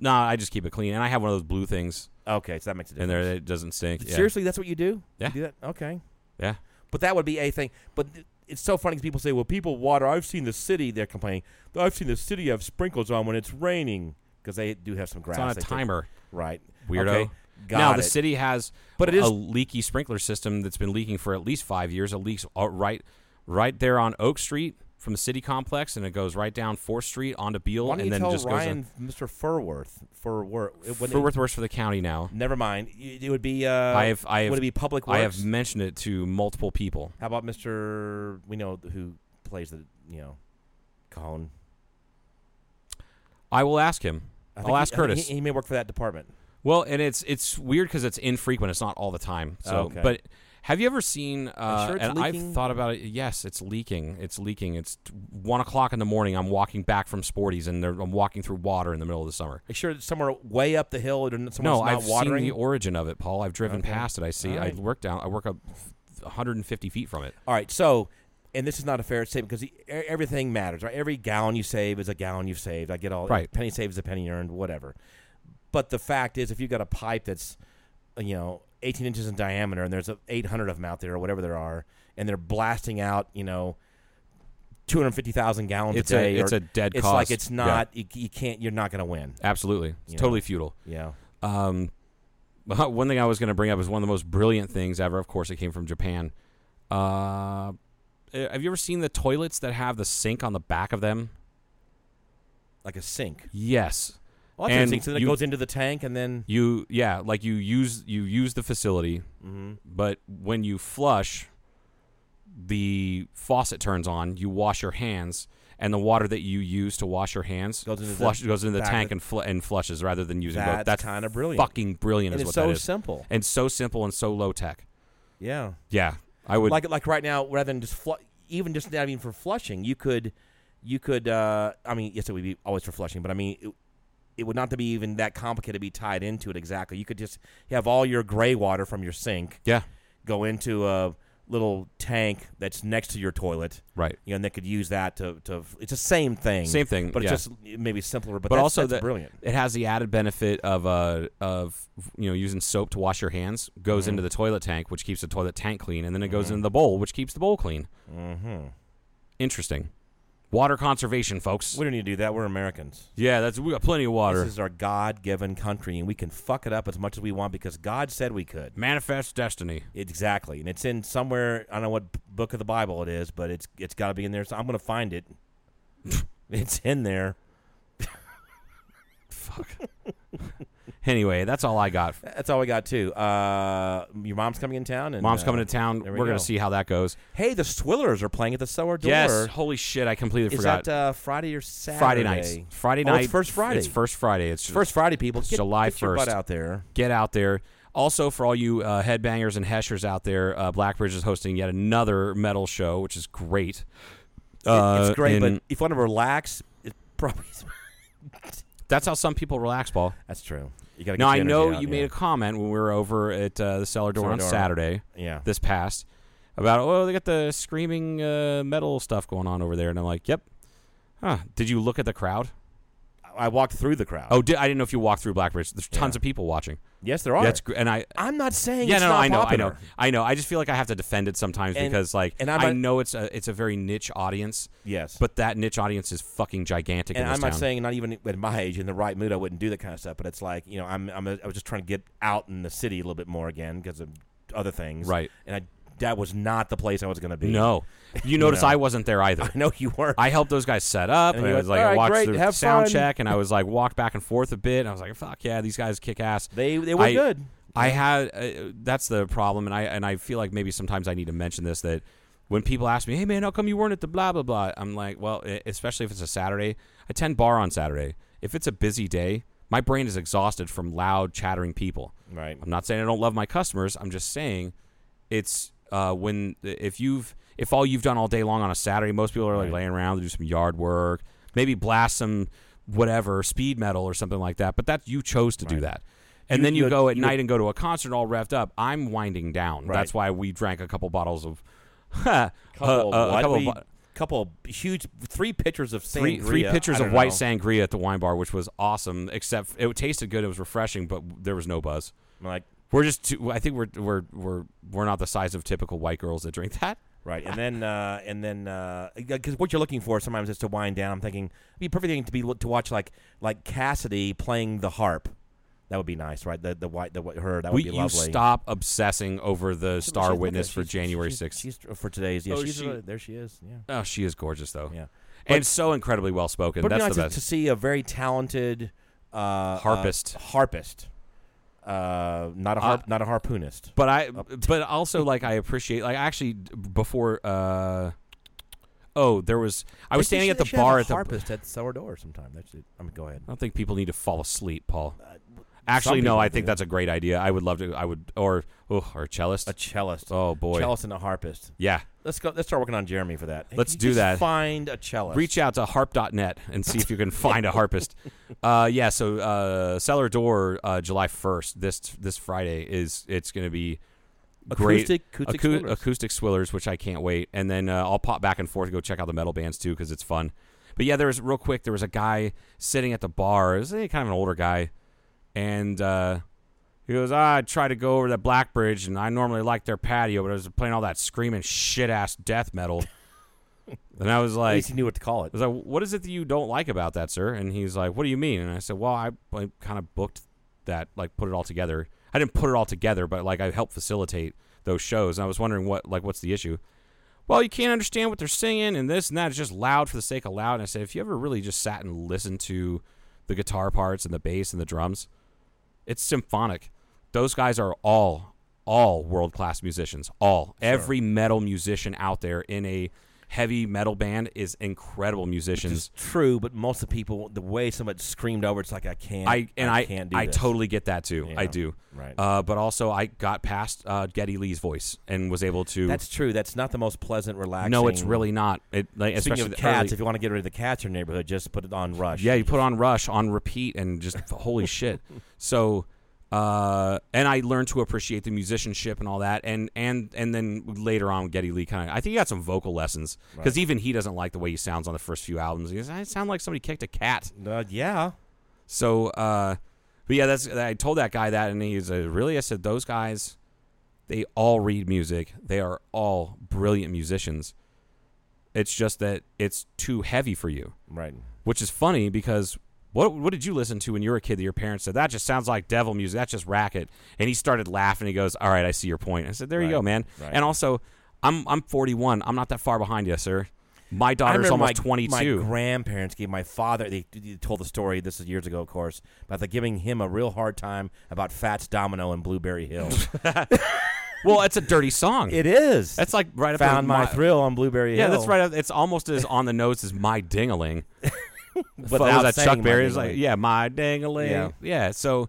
S5: no, I just keep it clean, and I have one of those blue things
S4: Okay, so that makes a
S5: in
S4: difference.
S5: there that doesn't stink. Yeah.
S4: Seriously, that's what you do?
S5: Yeah.
S4: You do that? Okay.
S5: Yeah.
S4: But that would be a thing. But th- it's so funny 'cause people say, "Well, people water." I've seen the city. They're complaining. I've seen the city have sprinkles on when it's raining because they do have some grass.
S5: It's on a
S4: they take-
S5: timer.
S4: right?
S5: weirdo.
S4: Okay, got
S5: now
S4: it.
S5: the city has,
S4: But it is-
S5: a leaky sprinkler system that's been leaking for at least five years. It leaks out right, right there on Oak Street from the city complex, and it goes right down Fourth Street onto Beale,
S4: Why don't
S5: and
S4: you
S5: then
S4: tell
S5: just
S4: Ryan,
S5: goes.
S4: Mr. Furworth, Furworth, it
S5: On,
S4: wouldn't-
S5: for worth worse for the county now.
S4: Never mind. It it would be. Uh,
S5: I have, I have,
S4: Would it be Public Works?
S5: I have mentioned it to multiple people.
S4: How about Mr. We know who plays the you know, Cajon.
S5: I will ask him.
S4: I
S5: I'll
S4: think he-
S5: ask
S4: I think
S5: Curtis.
S4: He, he may work for that department.
S5: Well, and it's it's weird because it's infrequent. It's not all the time. So,
S4: Okay.
S5: but have you ever seen? Uh,
S4: sure it's
S5: and
S4: leaking?
S5: I've thought about it. Yes, it's leaking. It's leaking. It's t- one o'clock in the morning. I'm walking back from Sporties, and they're, I'm walking through water in the middle of the summer.
S4: Are you sure it's somewhere way up the hill and someone's
S5: no,
S4: Oh, not
S5: I've
S4: watering?
S5: seen the origin of it, Paul. I've driven
S4: Okay.
S5: past it. I see.
S4: All right.
S5: I work down. I work up 150 feet from it.
S4: All right, so and this is not a fair statement because e- everything matters, right? Every gallon you save is a gallon you've saved. I get all
S5: Right.
S4: Penny saved is a penny earned, whatever. But the fact is, if you've got a pipe that's uh, you know 18 inches in diameter and there's uh, 800 of them out there or whatever there are, and they're blasting out, you know. 250,000 gallons
S5: It's
S4: a
S5: a-
S4: day. or-
S5: it's a dead
S4: It's
S5: cost.
S4: like it's
S5: Yeah.
S4: not, you, you can't, you're not going to win.
S5: Absolutely, it's
S4: Yeah.
S5: totally futile.
S4: Yeah.
S5: Um, one thing I was going to bring up is one of the most brilliant things ever. Of course, it came from Japan. Uh, eh, have you ever seen the toilets that have the sink on the back of them?
S4: Like a sink.
S5: Yes.
S4: Well,
S5: And
S4: that's interesting. So then it
S5: you-
S4: goes into the tank and then.
S5: You yeah, like you use you use the facility,
S4: Mm-hmm.
S5: but when you flush, the faucet turns on. You wash your hands, and the water that you use to wash your hands
S4: Goes into the
S5: flush goes into the
S4: back
S5: tank
S4: of-
S5: and, fl- and flushes rather than using both.
S4: That's
S5: That's
S4: kinda brilliant.
S5: Fucking brilliant
S4: And
S5: is
S4: it's
S5: what
S4: so
S5: that is.
S4: simple.
S5: and so simple and so low tech.
S4: Yeah.
S5: Yeah, I would.
S4: like like right now, rather than just flu- even just not even for flushing, you could you could uh, I mean yes, it would be always for flushing, but I mean it, it would not to be even that complicated to be tied into it exactly. You could just have all your gray water from your sink
S5: yeah,
S4: go into a little tank that's next to your toilet.
S5: right.
S4: You know, and they could use that to, to it's the same thing.
S5: Same thing,
S4: But
S5: yeah.
S4: it's just maybe simpler, but,
S5: But
S4: that's-
S5: also
S4: that's
S5: that
S4: brilliant.
S5: It has the added benefit of uh of you know using soap to wash your hands goes
S4: Mm-hmm.
S5: into the toilet tank, which keeps the toilet tank clean, and then it goes into the bowl, which keeps the bowl clean. Mm-hmm. Interesting. Water conservation, folks.
S4: We don't need to do that. We're Americans.
S5: Yeah, that's we got plenty of water.
S4: This is our God given country and we can fuck it up as much as we want because God said we could.
S5: Manifest destiny.
S4: Exactly, and it's in somewhere. I don't know what b- book of the Bible it is, but it's it's got to be in there. So I'm gonna find it. it's in there.
S5: Anyway, that's all I got.
S4: That's all we got too. Uh, your mom's coming in town, and
S5: Mom's
S4: uh,
S5: coming to town.
S4: there
S5: We're
S4: we
S5: gonna
S4: go.
S5: see how that goes.
S4: Hey, the Swillers are playing at the Sower Door.
S5: Yes. Holy shit! I completely
S4: is
S5: forgot.
S4: that uh, Friday or Saturday?
S5: Friday nights. Friday
S4: Oh,
S5: night.
S4: it's first Friday.
S5: It's first Friday. It's
S4: First Friday, people. Get,
S5: July
S4: get your
S5: 1st.
S4: butt out there.
S5: get out there. Also, for all you uh, headbangers and heshers out there, uh, Blackbridge is hosting yet another metal show, which is great. Uh,
S4: it's great, but
S5: and
S4: if you want to relax, it probably
S5: that's how some people relax, Paul.
S4: that's true. You gotta.
S5: Now,
S4: get
S5: I
S4: your energy
S5: know
S4: out,
S5: you
S4: yeah.
S5: made a comment when we were over at uh, the cellar door
S4: Cellar
S5: on
S4: Door.
S5: Saturday.
S4: Yeah.
S5: This past about oh they got the screaming uh, metal stuff going on over there, and I'm like, yep. Huh. Did you look at the crowd?
S4: I walked through the crowd.
S5: Oh, did, I didn't know if you walked through Blackbridge. There's tons of people watching.
S4: yes, there are.
S5: That's gr- and I
S4: I'm not saying.
S5: yeah,
S4: it's
S5: no, no,
S4: not
S5: I know,
S4: popular.
S5: I know, I know. I just feel like I have to defend it sometimes
S4: And-
S5: because, like,
S4: and
S5: and
S4: I
S5: I,
S4: might-
S5: know it's a it's a very niche audience.
S4: Yes.
S5: but that niche audience is fucking gigantic.
S4: and
S5: in this
S4: I'm not
S5: town.
S4: saying not even at my age in the right mood I wouldn't do that kind of stuff, but it's like you know I'm, I'm a, I was just trying to get out in the city a little bit more again because of other things,
S5: Right.
S4: And I that was not the place I was going to be.
S5: no. You notice
S4: No.
S5: I wasn't there either.
S4: I know you weren't.
S5: I helped those guys set up,
S4: And
S5: and,
S4: you
S5: I
S4: went,
S5: was like,
S4: "All
S5: I
S4: right,
S5: watched
S4: great,
S5: the
S4: have
S5: sound
S4: fun."
S5: check, and I was like, walked back and forth a bit, and I was like, fuck yeah, these guys kick ass.
S4: They- they were
S5: I-
S4: good.
S5: I had uh, that's the problem, and I and I feel like maybe sometimes I need to mention this that when people ask me, hey man, how come you weren't at the blah blah blah? I'm like, well, e- especially if it's a Saturday, I tend bar on Saturday. If it's a busy day, my brain is exhausted from loud chattering people.
S4: Right.
S5: I'm not saying I don't love my customers. I'm just saying it's uh, when if you've if all you've done all day long on a Saturday, most people are like laying around, they do some yard work, maybe blast some whatever speed metal or something like that. But that you chose to do that, and
S4: You-
S5: then you,
S4: you-
S5: go at
S4: you-
S5: night and go to a concert all revved up. I'm winding down. That's
S4: Right.
S5: why we drank a couple bottles of. uh,
S4: couple
S5: uh,
S4: of
S5: a
S4: what?
S5: couple of
S4: We-
S5: bo-
S4: couple of huge three pitchers of
S5: three, three
S4: sangria.
S5: pitchers
S4: I don't
S5: of white
S4: know.
S5: sangria at the wine bar, which was awesome. Except it tasted good, it was refreshing, but there was no buzz.
S4: I'm like
S5: We're just too. I think we're we're we're we're not the size of typical white girls that drink that.
S4: Right, and then uh, and then because what you're looking for sometimes is to wind down. I'm thinking it'd be a perfect thing to be to watch like like Cassidy playing the harp, That would be nice, right? The the white the wh- her that
S5: We,
S4: would be
S5: you
S4: lovely.
S5: stop obsessing over the
S4: She's
S5: star
S4: looking-
S5: witness for
S4: she's-
S5: January
S4: she's-
S5: 6th.
S4: She's, for today's. Yeah,
S5: Oh,
S4: she's
S5: she-
S4: uh, there. She is. Yeah,
S5: oh, she is gorgeous though.
S4: yeah.
S5: and so incredibly well spoken.
S4: But
S5: That's
S4: you know,
S5: the
S4: to,
S5: best.
S4: to see a very talented uh, uh,
S5: Harpist.
S4: harpist, uh, not a harp, not a harpoonist.
S5: but I, but also like I appreciate like actually d- before. uh Oh, there was I was standing at the bar at the.
S4: harpist at Sourdough sometime. That's it. I mean, go ahead.
S5: I don't think people need to fall asleep, Paul. Actually, no.
S4: Uh, people
S5: I
S4: do.
S5: think that's a great idea. I would love to. I would or oh or a cellist.
S4: A cellist.
S5: oh boy,
S4: Cellist and a harpist.
S5: yeah.
S4: Let's go. Let's start working on Jeremy for that. Hey,
S5: Let's
S4: you
S5: do
S4: just
S5: that.
S4: Find a cellist.
S5: Reach out to harp.net and see if you can find a harpist. Uh, yeah, so uh, Cellar Door, uh, July first, this this Friday is it's going to be great
S4: Acoustic- acoustic
S5: acou-
S4: swillers.
S5: acoustic swillers, which I can't wait. And then uh, I'll pop back and forth and go check out the metal bands too because it's fun. But yeah, there was real quick. There was a guy sitting at the bar. It was eh, kind of an older guy, and uh, he goes, "Ah, "I tried to go over that Black Bridge, and I normally like their patio, but I was playing all that screaming shit ass death metal." and I was
S4: At
S5: like,
S4: least he knew what to call it.
S5: I was like, "What is it that you don't like about that, sir?" And he's like, "What do you mean?" And I said, "Well, I, I kind of booked that, like, put it all together. I didn't put it all together, but like, I helped facilitate those shows. And I was wondering what, like, what's the issue?" Well, you can't understand what they're singing, and this and that. It's just loud for the sake of loud. And I said, if you ever really just sat and listened to the guitar parts and the bass and the drums, it's symphonic. Those guys are all all world class musicians. All every metal musician out there in a heavy metal band is incredible musicians.
S4: True, but most of the people, the way somebody screamed over, it's like I can't.
S5: I and I
S4: can't do.
S5: I
S4: this.
S5: totally get that too. I
S4: Yeah,
S5: do.
S4: right.
S5: Uh, but also, I got past uh, Geddy Lee's voice and was able to.
S4: That's true. That's not the most pleasant, relaxing.
S5: no, it's really not. It like,
S4: Speaking
S5: especially
S4: of
S5: the
S4: cats,
S5: early-
S4: if you want to get rid of the cats in your neighborhood, just put it on Rush.
S5: Yeah, you put on Rush on repeat and just holy shit. So, uh, and I learned to appreciate the musicianship and all that, and and and then later on, Getty Lee kind of. I think he got some vocal lessons because even he doesn't like the way he sounds on the first few albums. He goes, "I sound like somebody kicked a cat."
S4: Uh, yeah.
S5: So, uh, but yeah, that's I told that guy that, and he's like, really. I said those guys, they all read music. They are all brilliant musicians. It's just that it's too heavy for you
S4: Right.
S5: which is funny because what what did you listen to when you were a kid that your parents said that just sounds like devil music, that's just racket? And he started laughing. He goes, "All right, I see your point." I said, "There you
S4: Right,
S5: go, man."
S4: right.
S5: And also, I'm I'm 41. I'm not that far behind you, sir. My daughter's
S4: I remember
S5: almost
S4: my,
S5: 22.
S4: My grandparents gave my father. They, they told the story. This is years ago, of course, about the giving him a real hard time about Fats Domino and Blueberry Hill.
S5: well, it's a dirty song.
S4: it is.
S5: that's like right up there
S4: found
S5: with
S4: my, thrill on Blueberry
S5: Yeah,
S4: Hill.
S5: that's right. up- It's almost as on the nose as my dingaling. but
S4: Without
S5: was that
S4: saying
S5: Chuck
S4: My
S5: Berry? It's like,
S4: Ding-a-ling.
S5: yeah, my dingaling. Yeah.
S4: Yeah.
S5: so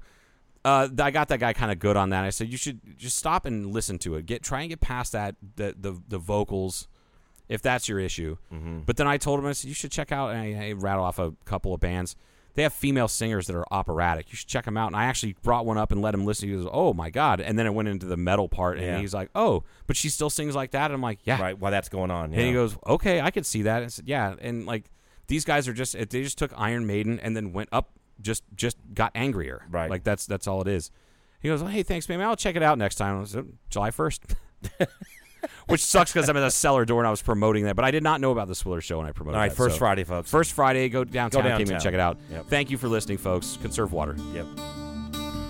S5: uh, th- I got that guy kind of good on that. I said you should just stop and listen to it. Get try and get past that the the, the vocals if that's your issue. But then I told him I said you should check out. And I, I rattle off a couple of bands. They have female singers that are operatic. You should check them out. And I actually brought one up and let him listen. He goes, "Oh my god!" And then it went into the metal part, and
S4: Yeah.
S5: he's like, "Oh, but she still sings like that." And I'm like, "Yeah,
S4: Right. While that's going on.
S5: and
S4: yeah.
S5: he goes, "Okay, I could see that." And said, "Yeah," and like these guys are just they just took Iron Maiden and then went up, just just got angrier.
S4: Right.
S5: Like that's that's all it is. He goes, "Hey, thanks, man. I'll check it out next time." I was, "Oh, July first. Which sucks because I'm at a cellar door and I was promoting that, but I did not know about the Swiller show and I promoted.
S4: All right.
S5: that,
S4: First
S5: so-
S4: Friday, folks.
S5: First Friday, go downtown,
S4: Go
S5: Cayman,
S4: downtown.
S5: check it out.
S4: Yep.
S5: Thank you for listening, folks. Conserve water.
S4: Yep.